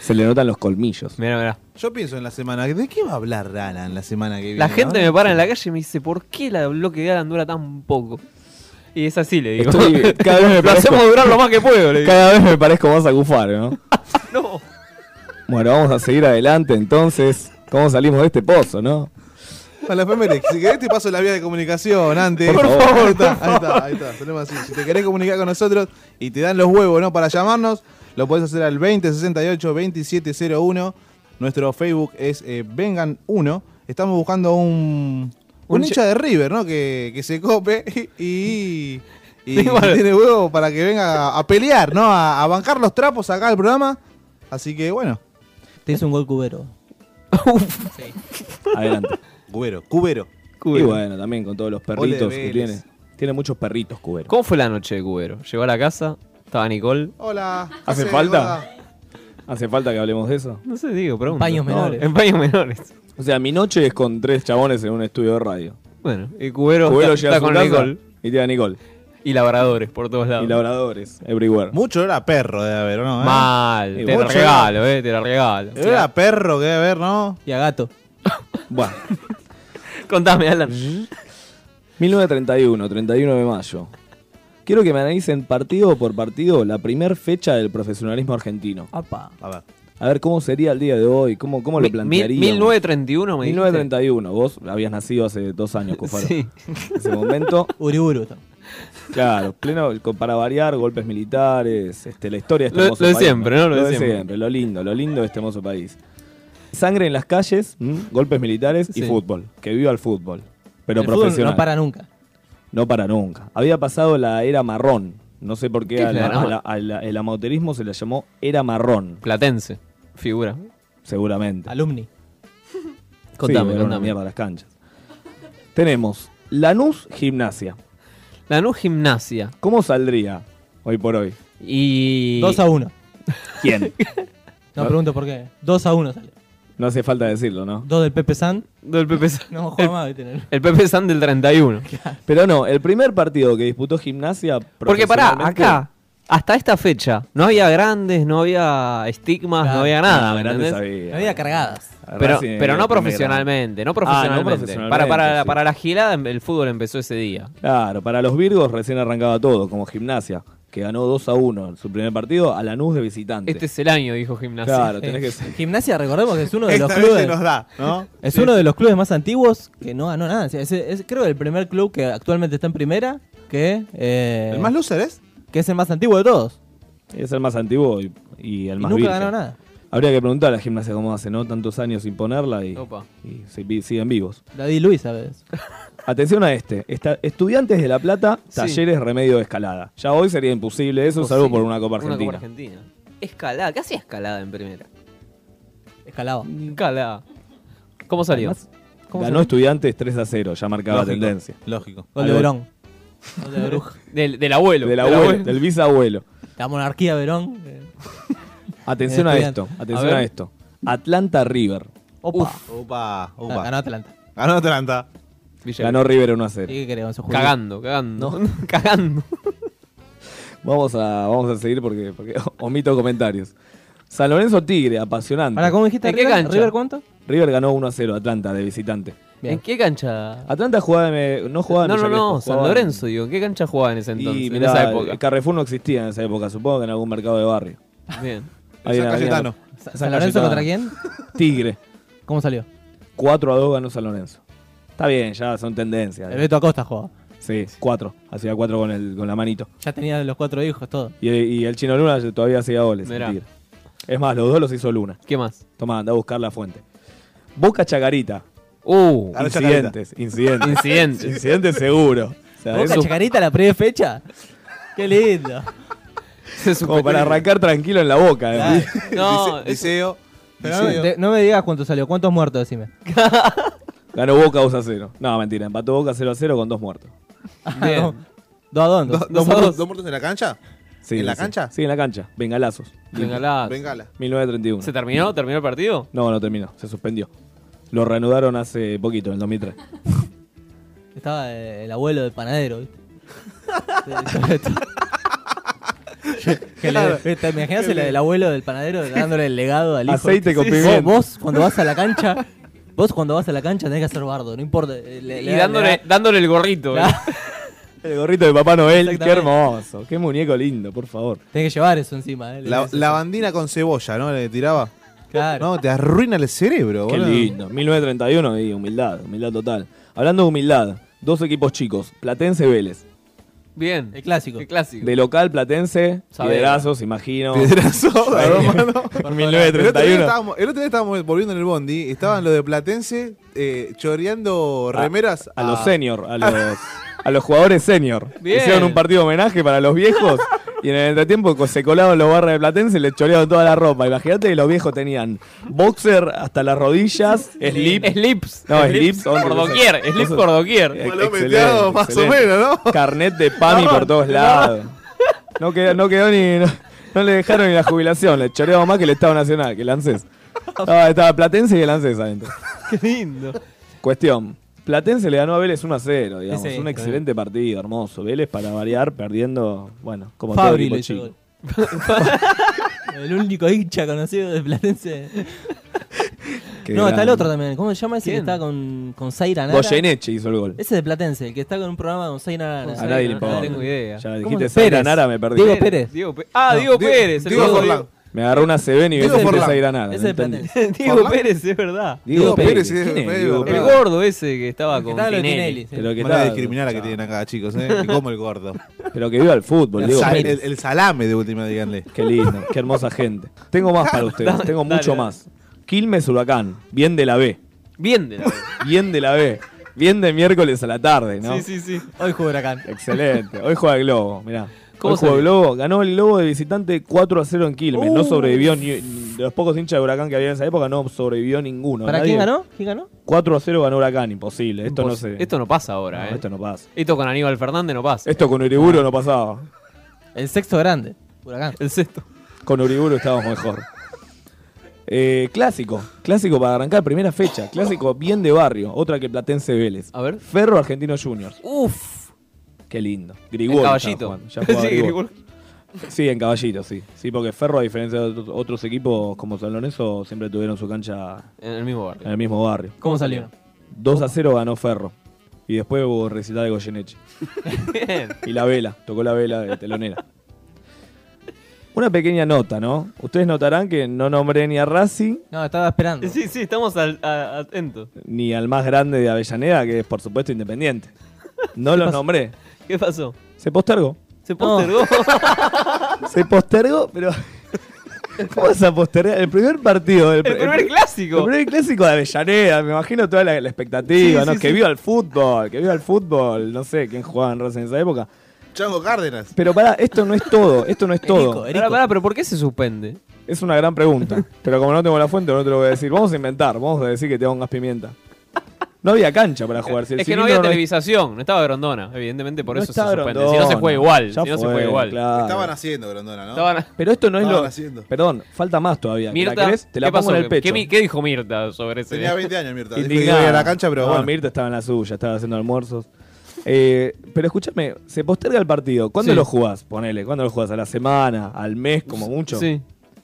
Se le notan los colmillos.
Mira, mira.
Yo pienso en la semana. ¿De qué va a hablar Rana en la semana que viene?
La gente
no?
me para en la calle y me dice, ¿por qué la bloque de Alan dura tan poco? Y es así, le digo.
Estoy- cada vez me
Lo
parezco-
hacemos durar lo más que puedo, le digo.
Cada vez me parezco más a Cufaro, ¿no? Bueno, vamos a seguir adelante entonces. ¿Cómo salimos de este pozo, no?
Para la efeméride. Si querés, te paso la vía de comunicación antes.
Por favor.
Ahí está, ahí está, ahí está. Tenemos así. Si te querés comunicar con nosotros y te dan los huevos, ¿no? Para llamarnos, lo podés hacer al 2068-2701. Nuestro Facebook es eh, Vengan1. Estamos buscando un. Un
Un
hincha
ch-
de River, ¿no? Que, que se cope y. Y
Sí, bueno.
tiene huevo para que venga a, a pelear, ¿no? A, a bancar los trapos acá al programa. Así que bueno.
Te hizo un gol cubero.
Adelante.
Cubero, cubero.
Y
Cubero.
bueno, también con todos los
Ole,
perritos que
Vélez.
tiene. Tiene muchos perritos, Cubero.
¿Cómo fue la noche de Cubero? Llegó a la casa, estaba Nicole.
Hola. ¿qué
¿Hace
haces,
falta?
gorda?
¿Hace falta que hablemos de eso?
No sé, digo, pregunto.
paños
No,
menores.
En paños menores.
O sea, mi noche es con tres chabones en un estudio de radio.
Bueno, y Cubero,
Cubero
está,
llega a
está
su
con
casa
Nicole.
y te da Nicole.
Y labradores por todos lados.
Y labradores, everywhere.
Mucho era perro de haber, ¿o ¿no? eh?
Mal,
Y
te la
mucho-
regalo, eh, te la regalo.
Era perro que debe haber, ¿no?
Y a gato.
Bueno,
Contame, Alan.
¿Mm? 1931, 31 de mayo. Quiero que me analicen partido por partido la primer fecha del profesionalismo argentino.
Apa.
A ver.
A ver cómo sería el día de hoy, cómo, cómo lo
Mi-
plantearía.
mil- 1931 me dijiste.
1931, vos habías nacido hace dos años, Cufaro.
Sí.
En ese momento,
Uriburu.
claro, pleno, con- para variar, golpes militares, este, la historia de este
Lo-
hermoso
lo de
país,
siempre, ¿no? Lo de siempre.
Lo lindo, lo lindo de este hermoso país. Sangre en las calles, ¿m? golpes militares y
Sí.
fútbol. Que viva el fútbol, pero
El fútbol
profesional.
No para nunca.
No para nunca. Había pasado la era marrón. No sé por qué,
¿Qué es
al-
la era
a la- a la- el amateurismo se le llamó era marrón,
Platense, figura.
seguramente.
Alumni.
Contame,
Sí, era una
contame.
mierda las canchas. Tenemos Lanús Gimnasia.
Lanús Gimnasia.
¿Cómo saldría hoy por hoy?
Y.
2 a 1.
¿Quién?
No pregunto por qué. 2 a 1 sale.
No hace falta decirlo, ¿no?
2 del Pepe San.
Del Pepe San.
No juega más, viste, en el-
El Pepe San del 31.
Pero no, el primer partido que disputó Gimnasia.
Porque pará,
profesionalmente-
acá, hasta esta fecha, no había grandes, no había estigmas,
Claro.
no había nada.
No,
¿me
grandes
entendés?
había.
No había cargadas.
Pero,
Racing
pero
era
no
el primer
profesionalmente, no
Ah, no
profesionalmente.
profesionalmente,
Para, para,
sí.
para la gilada el fútbol empezó ese día.
Claro, para los Virgos recién arrancaba todo, como Gimnasia, que ganó 2 a 1 en su primer partido a Lanús de visitante.
Este es el año, dijo Gimnasia.
Claro,
Eh,
tenés que ser.
Gimnasia, recordemos que es uno de
Esta
los
vez
clubes.
se nos da, ¿no?
Es uno de los clubes más antiguos que no ganó nada. O sea, es- es, creo el primer club que actualmente está en primera, que, eh,
¿El más loser es?
que es el más antiguo de todos.
Es el más antiguo y, y el
Y
más
nunca
virgen.
ganó nada.
Habría que preguntar a la Gimnasia cómo hace, ¿no? Tantos años sin ponerla y,
Opa.
y se- vi- siguen vivos.
La di Luis, ¿sabes?
Atención a este. Esta- estudiantes de La Plata, talleres remedio de escalada. Ya hoy sería imposible eso, salvo por una Copa Argentina.
Escalada, ¿qué hacía escalada en primera?
Escalado.
Escalada. ¿Cómo salió?
Además,
¿Cómo
ganó
salió?
estudiantes 3 a 0, ya marcaba
Lógico.
tendencia.
Lógico.
Gol de
Algo-
Verón. Gol de Bruja.
Del, del abuelo.
Del
del
abuelo,
abuelo.
del bisabuelo.
La monarquía Verón. eh, El
Atención a
estudiante.
esto, atención
A ver.
a, esto. Atlanta River.
Opa.
Opa,
Ah, Ganó
opa.
Atlanta.
Ganó Atlanta.
Villa-
Ganó River 1 a 0.
¿Y qué queremos? Su Julio.
Cagando, cagando. cagando.
Vamos a, vamos a seguir porque, porque omito comentarios. San Lorenzo Tigre, apasionante.
Pará, ¿cómo dijiste?
¿En qué
River?
cancha?
¿River cuánto?
River ganó 1 a 0 Atlanta de visitante.
¿En qué cancha?
Atlanta jugaba en- no jugaba en
No, no,
Villa
no,
Crespo,
San
jugaba en-
Lorenzo, digo, ¿en qué cancha jugaba en ese entonces?
Y
en
mirá,
esa
el
época.
Carrefour no existía en esa época, supongo que en algún mercado de barrio.
Bien.
El San Cayetano.
Sa- ¿San Lorenzo contra quién?
Tigre.
¿Cómo salió?
4 a 2 ganó San Lorenzo. Está bien, ya son tendencias.
El Beto Acosta jugaba.
Sí, Sí, cuatro. Hacía cuatro con, el, con la manito.
Ya tenía los cuatro hijos, todo.
Y, y el chino Luna todavía hacía goles. el
Mirá.
Tigre. Es más, los dos los hizo Luna.
¿Qué más?
Toma, anda a buscar la fuente. Boca Chacarita.
Uh,
Ah,
Ganó
incidentes,
Chacarita.
incidentes.
Incidentes.
incidentes seguro. O sea,
¿Boca
eso-
Chacarita la primera fecha? Qué lindo.
como para arrancar tranquilo en la boca. ¿eh? además.
No,
Liceo.
Sí, de- no me digas cuánto salió, cuántos muertos, decime.
Ganó Boca 2 a 0. No, mentira, empató Boca 0 a 0 con dos muertos.
Bien. Dos a dos.
¿Dos, dos muertos, dos muertos en la cancha?
Sí,
¿En la
sí. Ah,
cancha?
Sí, en la cancha. Bengalazos.
Bengalazos.
Bengala.
1931.
¿Se terminó? ¿Terminó el partido?
No, no terminó. Se suspendió. Lo reanudaron hace poquito, en el 2003.
Estaba eh, el abuelo del panadero, ¿viste? Que le-
Claro.
¿Te imaginas el, el abuelo del panadero dándole el legado al hijo?
Aceite con
Sí,
pimienta.
Vos, vos cuando vas a la cancha, vos cuando vas a la cancha tenés que hacer bardo, no importa. eh, le-
Y
le-
dándole,
le-
dándole el gorrito.
Claro.
¿eh?
El gorrito de Papá Noel, qué
Exactamente.
hermoso. Qué muñeco lindo, por favor.
Tenés que llevar eso encima. eh, le-
La, la bandina con cebolla, ¿no? Le tiraba.
Claro.
No, te arruina el cerebro,
Qué
boludo.
lindo. 1931 y humildad, humildad total. Hablando de humildad, dos equipos chicos, Platense y Vélez.
Bien. El
clásico.
El clásico.
De local Platense,
Saavedra.
piedrazos, imagino.
Piedrazo,
Ahí.
hermano. El otro, día
1931.
estábamos, el otro día estábamos volviendo en el bondi, estaban los de Platense eh, choreando
Ah,
remeras
A los senior, a los, a los jugadores senior.
Bien.
Hicieron un partido de homenaje para los viejos y en el entretiempo co- se colaban los barras de Platense y les chorearon toda la ropa. Imagínate que los viejos tenían boxer hasta las rodillas, slip.
Slips.
No,
Slips
slips. son-
por doquier,
cosas-
slips por doquier.
Ex-
Malo
excelente,
meteado, más o
excelente.
menos, ¿no?
Carnet de PAMI
No,
por todos
no.
lados. No quedó, no quedó ni. No, no le dejaron ni la jubilación, le chorearon más que el Estado Nacional, que el ANSES. Estaba, estaba Platense y el ANSES adentro.
Qué lindo.
Cuestión. Platense le ganó a Vélez 1 a 0, digamos.
Ese,
un
eh.
excelente partido, hermoso. Vélez para variar, perdiendo, bueno, como
Fabri
todo
le
equipo chico.
llegó. el único hincha conocido de Platense.
Qué
no, está el
grande.
otro también. ¿Cómo se llama ese
¿Quién?
que está con, con Zaira Nara?
Goyeneche hizo el gol.
Ese es de Platense, el que está con un programa con Zaira Nara.
A nadie le importa.
No tengo idea.
Ya
¿Cómo
dijiste
se-
Zaira
Pérez.
Nara, me perdí.
Diego Pérez.
Diego Pe- ah,
No.
Diego Pérez. el
Diego
nuevo
Forlán. Me agarró una CB y
Diego
me
Forlán.
empecé a ir a nada.
Ese es de Platense.
Diego Pérez, es verdad.
Diego Diego Pérez, Pérez, sí,
¿quién es es Diego Diego
El
Pérez? Pérez?
gordo ese que estaba con
estaba lo de
Tinelli.
Tinelli, sí.
Pero que
Manera de
tal,
discriminar
Ah.
que tienen acá, chicos, ¿eh? Como el gordo.
Pero que viva el fútbol,
El,
Diego
sal-
Pérez.
el- el salame de última, díganle.
Qué lindo, qué hermosa gente. Tengo más para ustedes,
Dale,
tengo
dale,
mucho
dale.
más. Quilmes Huracán, bien de la B.
Bien de la
Bien de la B. Bien de miércoles a la tarde, ¿no?
Sí, sí, sí.
Hoy juega Huracán.
Excelente. Hoy juega el Globo, mirá.
¿Cómo
Hoy juega el
salió?
Globo. Ganó el Globo de visitante 4 a 0 en Quilmes. No
Uh.
sobrevivió ni, de los pocos hinchas de Huracán que había en esa época, no sobrevivió ninguno.
¿Para
Nadie-
quién ganó? ¿Quién ganó?
4 a 0 ganó Huracán, imposible. Esto no
Impos-
sé.
Esto no pasa ahora,
No,
¿eh?
esto no pasa.
Esto con Aníbal Fernández no pasa.
Esto con Uriburu no pasaba.
El sexto grande. Huracán.
El sexto.
Con Uriburu estábamos mejor. Eh, clásico, clásico para arrancar, primera fecha. Clásico bien de barrio, otra que Platense Vélez.
A ver.
Ferro Argentino Juniors.
Uf.
Qué lindo. Grigol.
El
estaba
caballito.
jugando, ya jugaba
Sí,
Grigol. Sí, en caballito, sí. Sí, porque Ferro, a diferencia de otros- otros equipos como San Lorenzo, siempre tuvieron su cancha
En el mismo barrio.
en el mismo barrio.
¿Cómo salió?
2 a 0 ganó Ferro. Y después hubo recital de Goyeneche. Y la vela, tocó la vela de telonera. Una pequeña nota, ¿no? Ustedes notarán que no nombré ni a Racing
No, estaba esperando.
Sí, sí, estamos al- a- atentos.
ni al más grande de Avellaneda, que es por supuesto Independiente. No los nombré.
¿Qué pasó?
Se postergó.
Se postergó.
Se postergó, pero. ¿Cómo vas a postergar? El primer partido. El,
El primer clásico.
El primer clásico de Avellaneda. Me imagino toda la, la expectativa,
Sí,
¿no?
sí,
que
sí.
viva el fútbol, que viva el fútbol. No sé quién jugaba en Racing en esa época.
Chango Cárdenas.
Pero pará, esto no es todo, esto no es todo.
Pará, pará, pero ¿por qué se suspende?
Es una gran pregunta. Pero como no tengo la fuente, no te lo voy a decir. Vamos a inventar, vamos a decir que tengo gas pimienta. No había cancha para jugar. Si el
es que no
cilindro
había
es-
televisación, no estaba Grondona, evidentemente por
No
eso se
estaba
suspende.
Grondona,
si no se juega igual,
ya
si no se
fue,
juega igual.
claro.
Estaban haciendo, Grondona, ¿no?
Estaban-
Pero esto no es
Estaban
lo.
haciendo.
Perdón, falta más todavía.
Mirta,
¿La querés? Te la
¿qué
pongo
pasó?
en el
¿Qué-
pecho.
¿Qué, mi- qué dijo Mirta sobre ese?
Tenía 20 años, Mirta. Dijo que iba
Indignada.
a ir a la cancha, pero
No,
bueno.
Mirta estaba en la suya, estaba haciendo almuerzos. Eh, pero escúchame, se posterga el partido. ¿Cuándo
Sí.
lo jugás? Ponele, ¿cuándo lo jugás? ¿A la semana? ¿Al mes como mucho?
Sí.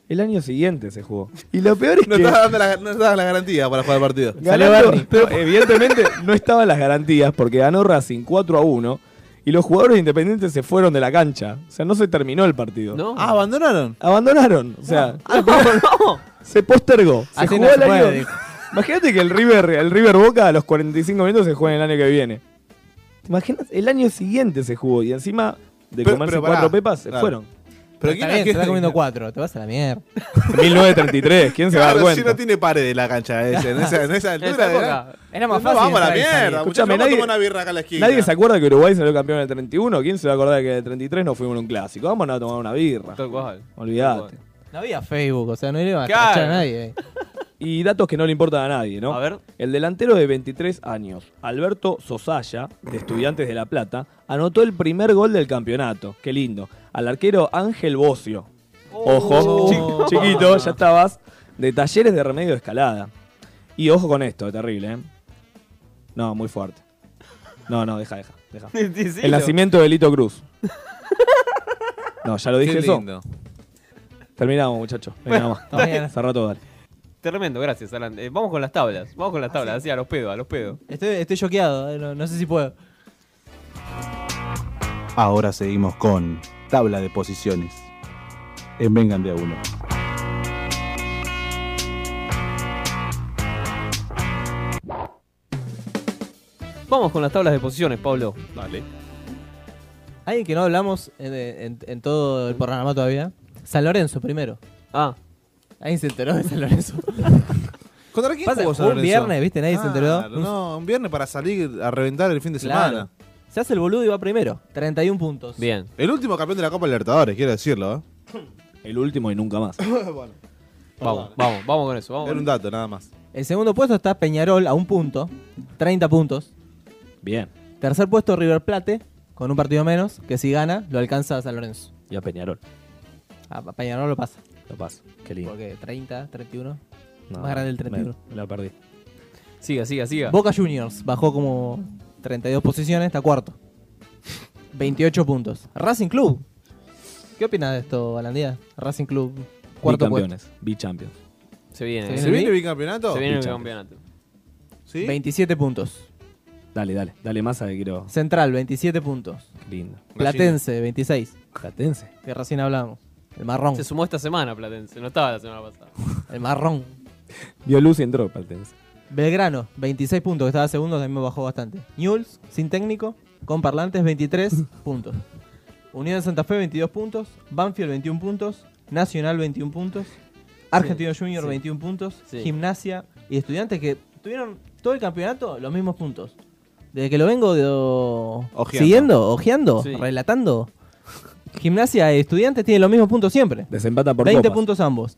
El año siguiente se jugó. Y lo peor es
No
que.
estaba dando la, no estaba la garantía para jugar el partido.
Ganando- pero evidentemente no estaban las garantías porque ganó Racing 4 a 1 y los jugadores independientes se fueron de la cancha. O sea, no se terminó el partido.
Ah, abandonaron.
Abandonaron. O sea, se postergó. Se
Así
jugó
no
el
Ah, se
año.
puede, dijo.
Imagínate que el River, el River Boca a los 45 minutos se juega el año que viene. ¿Te imaginas? El año siguiente se jugó y encima de
Pero-
comerse
pero pará,
cuatro pepas se
claro.
fueron.
Pero
está
¿quién-
bien, se
quién-
está comiendo cuatro, te vas a la mierda.
1933, ¿quién se va a dar
Claro, si
cuenta?
no tiene pared de la cancha esa, en esa, en esa
En esa
altura. de la-
época. Era más
no,
fácil
vamos a la
entrar y salir.
mierda. muchachos,
Escuchame,
vamos a
nadie-
tomar una birra acá en la esquina.
Nadie se acuerda que Uruguay salió campeón en el 31. ¿Quién se va a acordar que en el 33 no fuimos en un clásico? Vámonos a tomar una birra.
Tal cual.
Olvidate.
No había Facebook, o sea, no iba a
Claro.
cachar a nadie. eh.
Y datos que no le importan a nadie, ¿no?
A ver.
El delantero de 23 años, Alberto Sosaya, de Estudiantes de La Plata, anotó el primer gol del campeonato. Qué lindo. Al arquero Ángel Bocio. Ojo,
Oh.
chi- chiquito, ya estabas. De talleres de remedio de escalada. Y ojo con esto, terrible, ¿eh? No, muy fuerte. No, no, deja, deja. deja.
Decilo.
El nacimiento de Lito Cruz. No, ya lo dije
Qué
eso.
lindo.
Terminamos, muchachos. Venga,
Bueno,
nada más.
está bien.
Cerrá todo, dale.
Tremendo, gracias, Alan. Eh, vamos con las tablas. Vamos con las tablas, así a los pedos, a los pedos.
Estoy estoy choqueado, eh, no, no sé si puedo.
Ahora seguimos con tabla de posiciones. En Vengan de a uno.
Vamos con las tablas de posiciones, Pablo.
Dale.
Alguien que no hablamos en, en- en todo el programa todavía. San Lorenzo primero.
Ah.
Alguien se enteró de San Lorenzo.
¿Contra quién
Pasa,
jugó San
jugó un
Lorenzo?
viernes, ¿viste? Nadie se enteró.
Claro, No, un viernes para salir a reventar el fin de
Claro.
semana.
Se hace el boludo y va primero. 31 puntos.
Bien.
El último campeón de la Copa Libertadores, quiero decirlo. ¿eh?
El último y nunca más.
Vamos, vamos, vamos con eso. Vamos
Era un dato, nada más.
El segundo puesto está Peñarol a un punto. 30 puntos.
Bien.
Tercer puesto River Plate con un partido menos. Que si gana, lo alcanza a San Lorenzo.
Y a Peñarol.
A a Peñarol lo pasa.
Lo paso. Qué lindo.
Porque 30, 31.
No,
más grande el 31.
me- me lo perdí.
Siga, siga, siga.
Boca Juniors bajó como 32 posiciones, está cuarto. 28 puntos. Racing Club. ¿Qué opinas de esto, Alandía? Racing Club, cuarto puesto.
Bicampeones. Bichampions.
Se viene.
¿Se
¿Se viene el bicampeonato?
Se viene el
Bichos.
campeonato.
¿Sí?
27 puntos.
Dale, dale. Dale más a que quiero.
Central, 27 puntos.
Qué lindo.
Platense, 26.
Platense.
Que recién hablamos. El marrón.
Se sumó esta semana, Platense. No estaba la semana pasada.
El marrón.
Vio luz y entró Platense.
Belgrano, 26 puntos, que estaba segundo, también bajó bastante. Newells, sin técnico, con parlantes, 23 puntos. Unión de Santa Fe, 22 puntos. Banfield, 21 puntos. Nacional, 21 puntos. Argentino Junior,
sí.
21 puntos.
Sí.
Gimnasia y Estudiantes, que tuvieron todo el campeonato los mismos puntos. Desde que lo vengo de- siguiendo, ojeando,
Sí.
relatando. Gimnasia y Estudiantes tienen los mismos puntos siempre.
Desempata por
20
copas.
puntos ambos.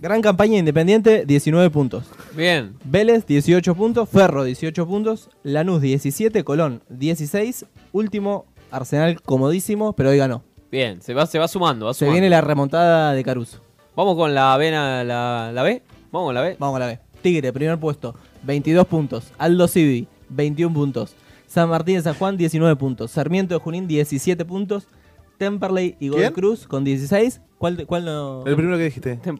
Gran campaña Independiente, 19 puntos.
Bien.
Vélez 18 puntos, Ferro 18 puntos, Lanús 17, Colón 16, último Arsenal comodísimo, pero hoy ganó.
Bien. Se va, se va sumando. Va
Se
sumando.
viene la remontada de Caruso.
Vamos con la avena, la, la B. Vamos con la B.
Vamos a la B. Tigre, primer puesto, 22 puntos, Aldo Civi 21 puntos, San Martín de San Juan 19 puntos, Sarmiento de Junín 17 puntos, Temperley y Godoy
¿Quién?
Cruz con 16. ¿Cuál, cuál no?
El primero que dijiste. Tem-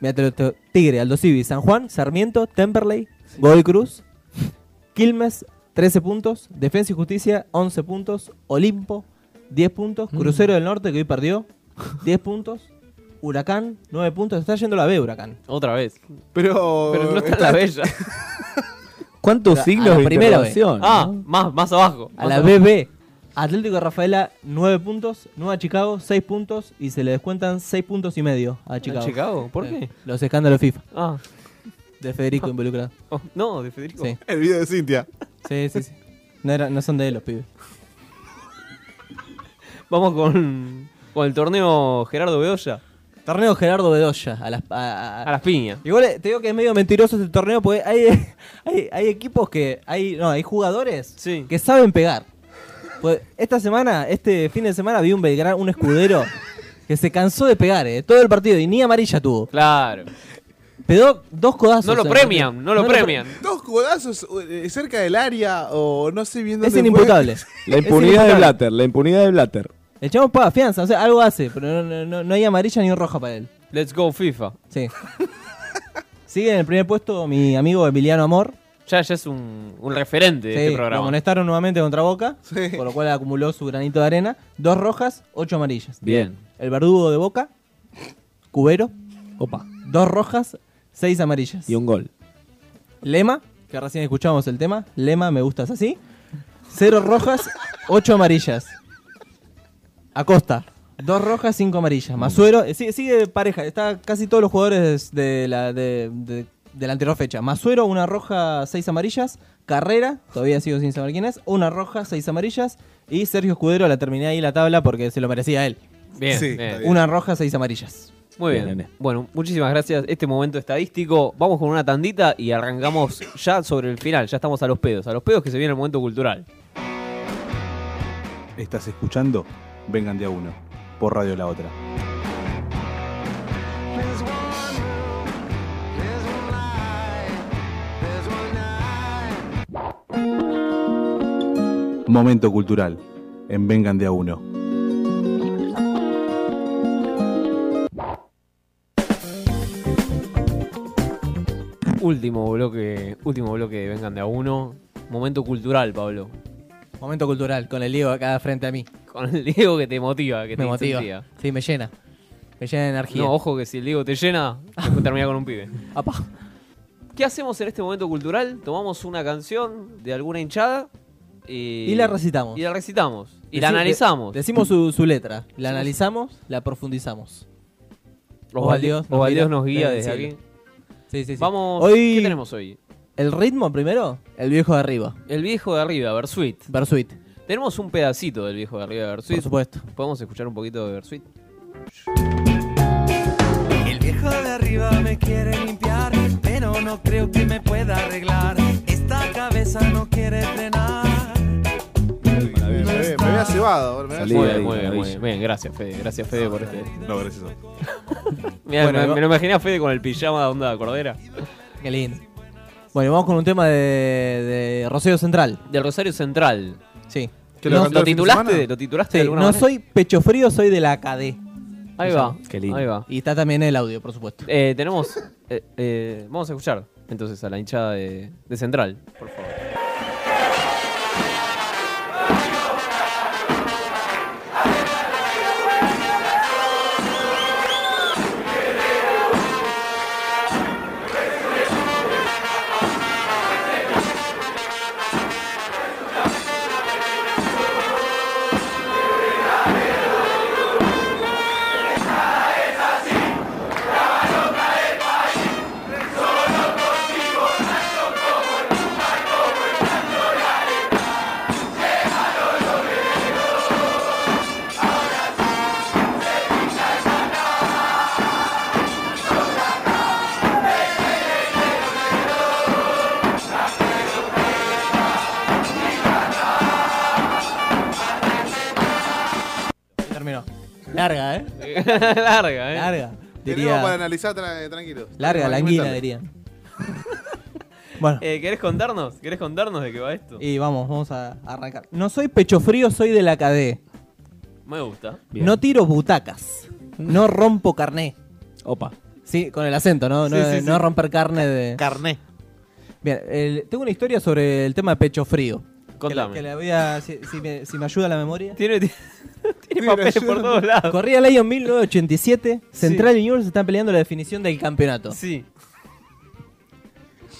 Mirá, te lo- te lo- Tigre, Aldo Civi, San Juan, Sarmiento, Temperley, Godoy Cruz, Quilmes, 13 puntos, Defensa y Justicia, 11 puntos, Olimpo, 10 puntos, Crucero del Norte, que hoy perdió, 10 puntos, Huracán, 9 puntos, está yendo la B, Huracán.
Otra vez.
Pero.
Pero no está la bella.
¿Cuántos
A-
siglos
a la
de
primera B.
interrogación?
Ah, más, más abajo.
A la BB, Atlético de Rafaela, 9 puntos, Nueva Chicago, 6 puntos, y se le descuentan 6 puntos y medio a Chicago.
Chicago? ¿Por
Eh,
qué?
Los escándalos FIFA,
Ah.
de Federico involucrado.
Oh, no, de Federico.
Sí.
El video de Cintia.
Sí, sí, sí. No, era- no son de él los pibes.
Vamos con, con el torneo Gerardo Bedoya.
Torneo Gerardo Bedoya. A las, a- a-
A las piñas.
Igual eh, te digo que es medio mentiroso este torneo porque hay, hay, hay equipos que. hay No, hay jugadores que saben pegar. Pues esta semana, este fin de semana, vi un Belgrano, un escudero, que se cansó de pegar, eh, todo el partido y ni amarilla tuvo.
Claro.
Pegó dos codazos.
No lo
en el
premian,
partido.
no lo
pre-
premian.
Dos codazos eh, cerca del área o no sé bien dónde.
Es
fue.
inimputable.
La
Es
impunidad de
inimputable.
Blatter. La impunidad de Blatter.
El chavo paga fianza, o sea, algo hace, pero no, no- no hay amarilla ni roja para él.
Let's go FIFA.
Sí. Sigue en el primer puesto mi amigo Emiliano Amor.
Ya, ya es un, un referente de
Sí,
este
lo
programa.
amonestaron nuevamente contra Boca, por lo cual acumuló su granito de arena. Dos rojas, ocho amarillas.
Bien.
El verdugo de Boca, Cubero,
Opa.
dos rojas, seis amarillas.
Y un gol.
Lema, que recién escuchamos el tema. Lema, me gustas así. Cero rojas, ocho amarillas. Acosta. Dos rojas, cinco amarillas. Masuero, eh, sigue, sigue pareja. Está casi todos los jugadores de la, de, de- de la anterior fecha. Masuero, una roja, seis amarillas. Carrera, todavía sigo sin saber quién es. Una roja, seis amarillas. Y Sergio Escudero, la terminé ahí la tabla porque se lo merecía él.
Bien, Sí, bien. está bien.
Una roja, seis amarillas.
Muy bien. Bueno, muchísimas gracias. Este momento estadístico. Vamos con una tandita y arrancamos ya sobre el final. Ya estamos a los pedos. A los pedos que se viene el momento cultural.
Estás escuchando Vengan de a uno por Radio La Otra. Momento cultural en Vengan de a uno.
Último bloque, último bloque de Vengan de a uno. Momento cultural, Pablo.
Momento cultural, con el Diego acá frente a mí.
Con el Diego que te motiva, que
me
te
motiva.
incentiva.
Sí, me llena. Me llena de energía.
No, ojo que si el Diego te llena, después termina con un pibe. ¿Qué hacemos en este momento cultural? Tomamos una canción de alguna hinchada y,
Y la recitamos.
Y la recitamos. Y la
Deci-
analizamos.
de- decimos su, su letra.
Decimos-
La analizamos, la profundizamos.
Osvaldios
nos
Osvaldios nos
mira
guía desde
el
aquí.
cielo. Sí, sí, sí.
Vamos.
Hoy-
¿Qué tenemos hoy?
El ritmo primero, el viejo de arriba.
El viejo de arriba, Versuit.
Versuit.
Tenemos un pedacito del viejo de arriba de Versuit. Por
supuesto.
¿Podemos escuchar un poquito de Versuit?
El viejo de arriba me quiere limpiar, pero no creo que me pueda arreglar. Esta cabeza no quiere frenar.
Me ve- me había cebado. me había
Muy bien,
cebado.
muy bien, muy bien. Bien, gracias Fede, gracias Fede por este.
No, gracias a vos.
Mirá,
Bueno,
me,
va-
me lo imaginé a Fede con el pijama de onda cordera.
Qué lindo. Bueno, y vamos con un tema de, de Rosario Central.
Del Rosario Central.
Sí.
¿Que lo cantó el fin de semana? ¿Lo titulaste de
Sí,
alguna
No
manera?
soy pecho frío, soy de la AKD.
Ahí
Se
va,
llama.
Qué lindo. ahí va.
Y está también el audio, por supuesto.
Eh, tenemos. eh, eh, vamos a escuchar entonces a la hinchada de, de Central, por favor.
Terminó. Larga, ¿eh?
Larga, ¿eh?
Larga.
Tenemos para
Diría,
analizar tra- eh, tranquilo.
larga, la
Argumentame.
anguila, dirían. Bueno.
Eh, ¿Querés contarnos? ¿Querés contarnos de qué va esto?
Y vamos, vamos a arrancar. No soy pecho frío, soy de la AKD.
Me gusta.
No tiro butacas. No rompo carné. Opa. Sí, con el acento, ¿no? No,
Sí, sí, sí.
no romper carne de.
Carné.
Bien, el- tengo una historia sobre el tema de pecho frío.
Contame.
Que la voy a. Si, si me, si me ayuda la memoria.
Tiene, papeles por todos lados.
Corría Lyon 1987. Central y Newell's están peleando la definición del campeonato.
Sí.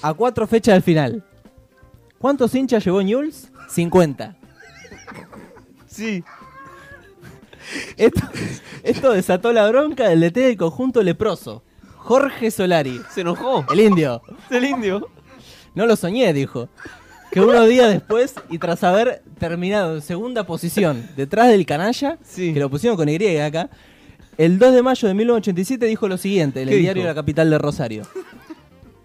A cuatro fechas del final. ¿Cuántos hinchas llevó Newell's? 50.
Sí.
Esto, esto desató la bronca del DT del conjunto leproso, Jorge Solari.
Se enojó.
El indio.
El indio.
No lo soñé, dijo. Que unos días después, y tras haber terminado en segunda posición detrás del canalla, que lo pusieron con Y acá, el 2 de mayo de 1987 dijo lo siguiente en
¿Qué
el diario
dijo?
La Capital de Rosario.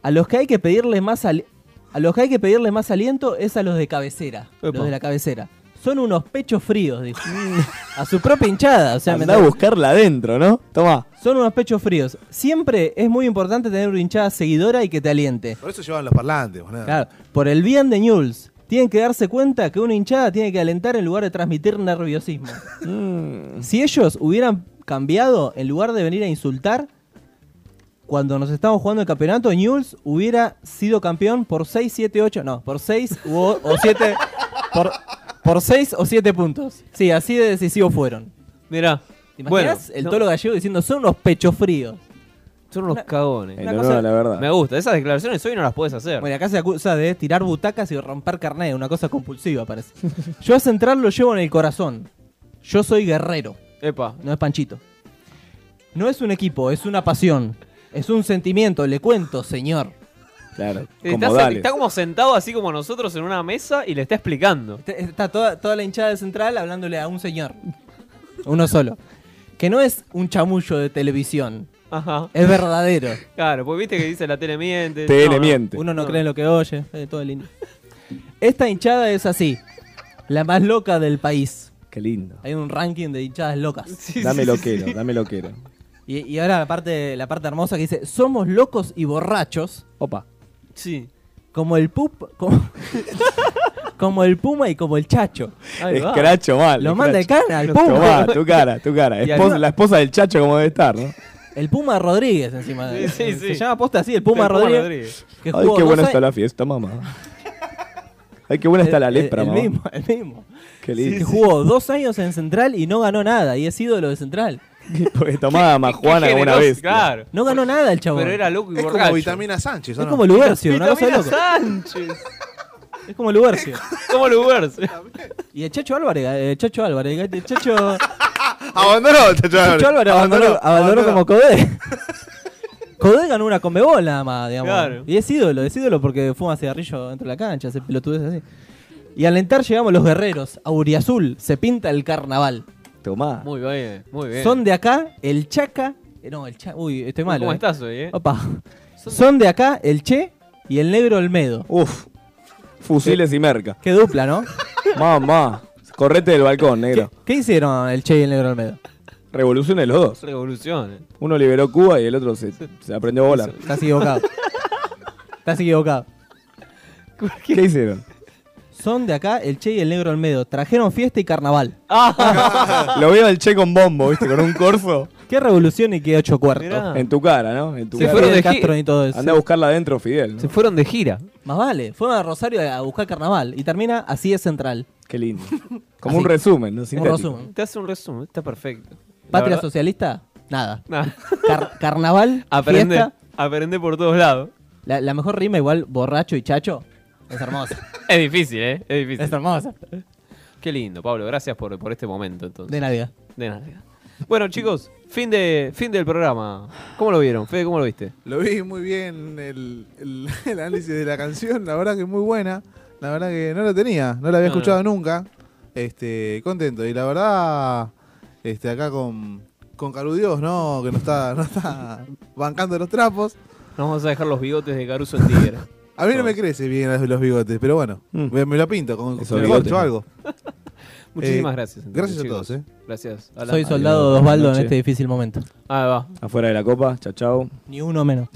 A los que hay que pedirle más ali- a los que hay que pedirle más aliento es a los de cabecera,
Epa.
los de la cabecera. Son unos pechos fríos, dijo. A su propia hinchada, o sea, me
Andá a buscarla adentro, ¿no? Toma.
son unos pechos fríos. Siempre es muy importante tener una hinchada seguidora y que te aliente.
Por eso llevaban los parlantes, boludo.
Claro, por el bien de Newells. Tienen que darse cuenta que una hinchada tiene que alentar en lugar de transmitir nerviosismo.
Mm.
si ellos hubieran cambiado, en lugar de venir a insultar, cuando nos estábamos jugando el campeonato, Newells hubiera sido campeón por 6, 7, 8, no, por 6 u o, 7, por, por 6 o 7 puntos. Sí, así de decisivos fueron.
Mirá.
¿Te imaginas
Bueno,
el
no.
tolo gallego diciendo son unos pechos fríos?
Son unos cagones.
una En honor cosa- a la verdad.
Me gusta. Esas declaraciones hoy no las puedes hacer.
Bueno, acá se acusa de tirar butacas y romper carnet, una cosa compulsiva parece. Yo a Central lo llevo en el corazón. Yo soy guerrero.
Epa.
No es Panchito. No es un equipo, es una pasión. Es un sentimiento, le cuento, señor.
Claro,
Está, sen- está como sentado así como nosotros en una mesa y le está explicando.
Este, Está toda, toda la hinchada de Central hablándole a un señor. Uno solo. Que no es un chamullo de televisión.
Ajá.
Es verdadero.
Claro, porque viste que dice la tele miente.
Tele
No, no.
Uno no cree en lo que oye, es todo lindo. Esta hinchada es así, la más loca del país.
Qué lindo.
Hay un ranking de hinchadas locas.
Dame loquero, dame loquero.
Y, y ahora la parte, la parte hermosa que dice, somos locos y borrachos.
Opa.
Sí.
Como el pup, como, como el puma y como el chacho.
Escracho mal.
Lo manda el
escracho.
cara al
Tomá,
puma.
tu cara, tu cara.
Y
Esposa-
al-
la esposa del chacho como debe estar, ¿no?
El puma Rodríguez encima.
Sí, sí,
Se
sí.
llama posta así, el puma,
El Puma
Rodríguez.
Rodríguez.
que
Ay,
jugó
qué
dos
buena
años-
está la fiesta, mamá. Ay, qué buena está la
El- el-
lepra,
el
mamá.
mismo, el mismo.
Qué lindo.
Que jugó dos años en Central y no ganó nada. Y es ídolo de Central.
Porque tomaba más Juana una vez.
No ganó nada el chabón.
Pero era loco y
Es
borracho.
como Vitamina Sánchez, ¿o
Es
no?
como Lubercio, una cosa de
Vitamina
loco.
Sánchez.
Es como Lubercio.
Como Lubercio.
Y el Chacho Álvarez, eh, Chacho Álvarez, el Chacho,
Abandonó,
el Chacho Álvarez abandonó, abandonó como Codé. Codé ganó una Conmebol nada más, digamos.
Claro.
Y es ídolo, es ídolo porque fuma cigarrillo dentro de la cancha, se pelotudez así. Y al entrar llegamos los guerreros, Auriazul, se pinta el carnaval.
Tomá.
Muy bien, muy bien.
Son de acá, el Chaca. eh, No, el Chaca. Uy, estoy mal.
¿Cómo
eh.
estás hoy, eh?
Opa. Son de acá, el Che y el Negro Olmedo.
Uf. Fusiles y merca.
Qué dupla, ¿no?
Mamá. Correte del balcón, negro.
¿Qué hicieron el Che y el Negro Olmedo?
Revoluciones los dos.
Revoluciones.
Uno liberó Cuba y el otro se, se aprendió a volar.
Estás equivocado. Estás equivocado.
¿Qué, hicieron?
Son de acá, el Che y el Negro Olmedo. Trajeron fiesta y carnaval.
Ah,
Lo veo al che con bombo, ¿viste? Con un corzo.
¿Qué revolución y qué ocho cuartos?
En tu cara, ¿no? En tu
Se
cara.
fueron de Castro gi- y todo eso.
Anda a buscarla adentro, Fidel. ¿no?
Se fueron de gira.
Más vale. Fueron a Rosario a buscar carnaval. Y termina así es central.
Qué lindo. Como
Así.
un resumen, ¿no?
Un
Sintético.
resumen.
Te hace un resumen, está perfecto. La
Patria
verdad-
socialista, nada.
Nah.
Car- carnaval,
Aprende,
fiesta.
aprende por todos lados.
La, la mejor rima igual, borracho y chacho, es hermosa.
Es difícil, ¿eh? Es difícil.
es hermosa.
Qué lindo, Pablo. Gracias por, por este momento, entonces.
De Navidad.
De nada. Bueno, chicos, fin, de, fin del programa. ¿Cómo lo vieron? Fede, ¿cómo lo viste?
Lo vi muy bien el, el- el análisis de la canción, la verdad que muy buena. La verdad que no la tenía, no la había
No,
escuchado nunca. Este, contento. Y la verdad, este, acá con, con Carudios, ¿no? Que no está, no está bancando los trapos.
Nos vamos a dejar los bigotes de Caruso en Tigre.
A mí no me crecen bien los- los bigotes, pero bueno, me, me lo pinto con,
Esos
con el
bigotes,
corcho o algo.
Muchísimas
Eh,
gracias. entonces,
Gracias a
chicos.
todos, ¿eh?
Gracias. Alan.
Soy soldado
Adiós,
de Osvaldo
buenas
en
noches.
este difícil momento.
Ah, va.
Afuera de la copa, chao, chao.
Ni uno menos.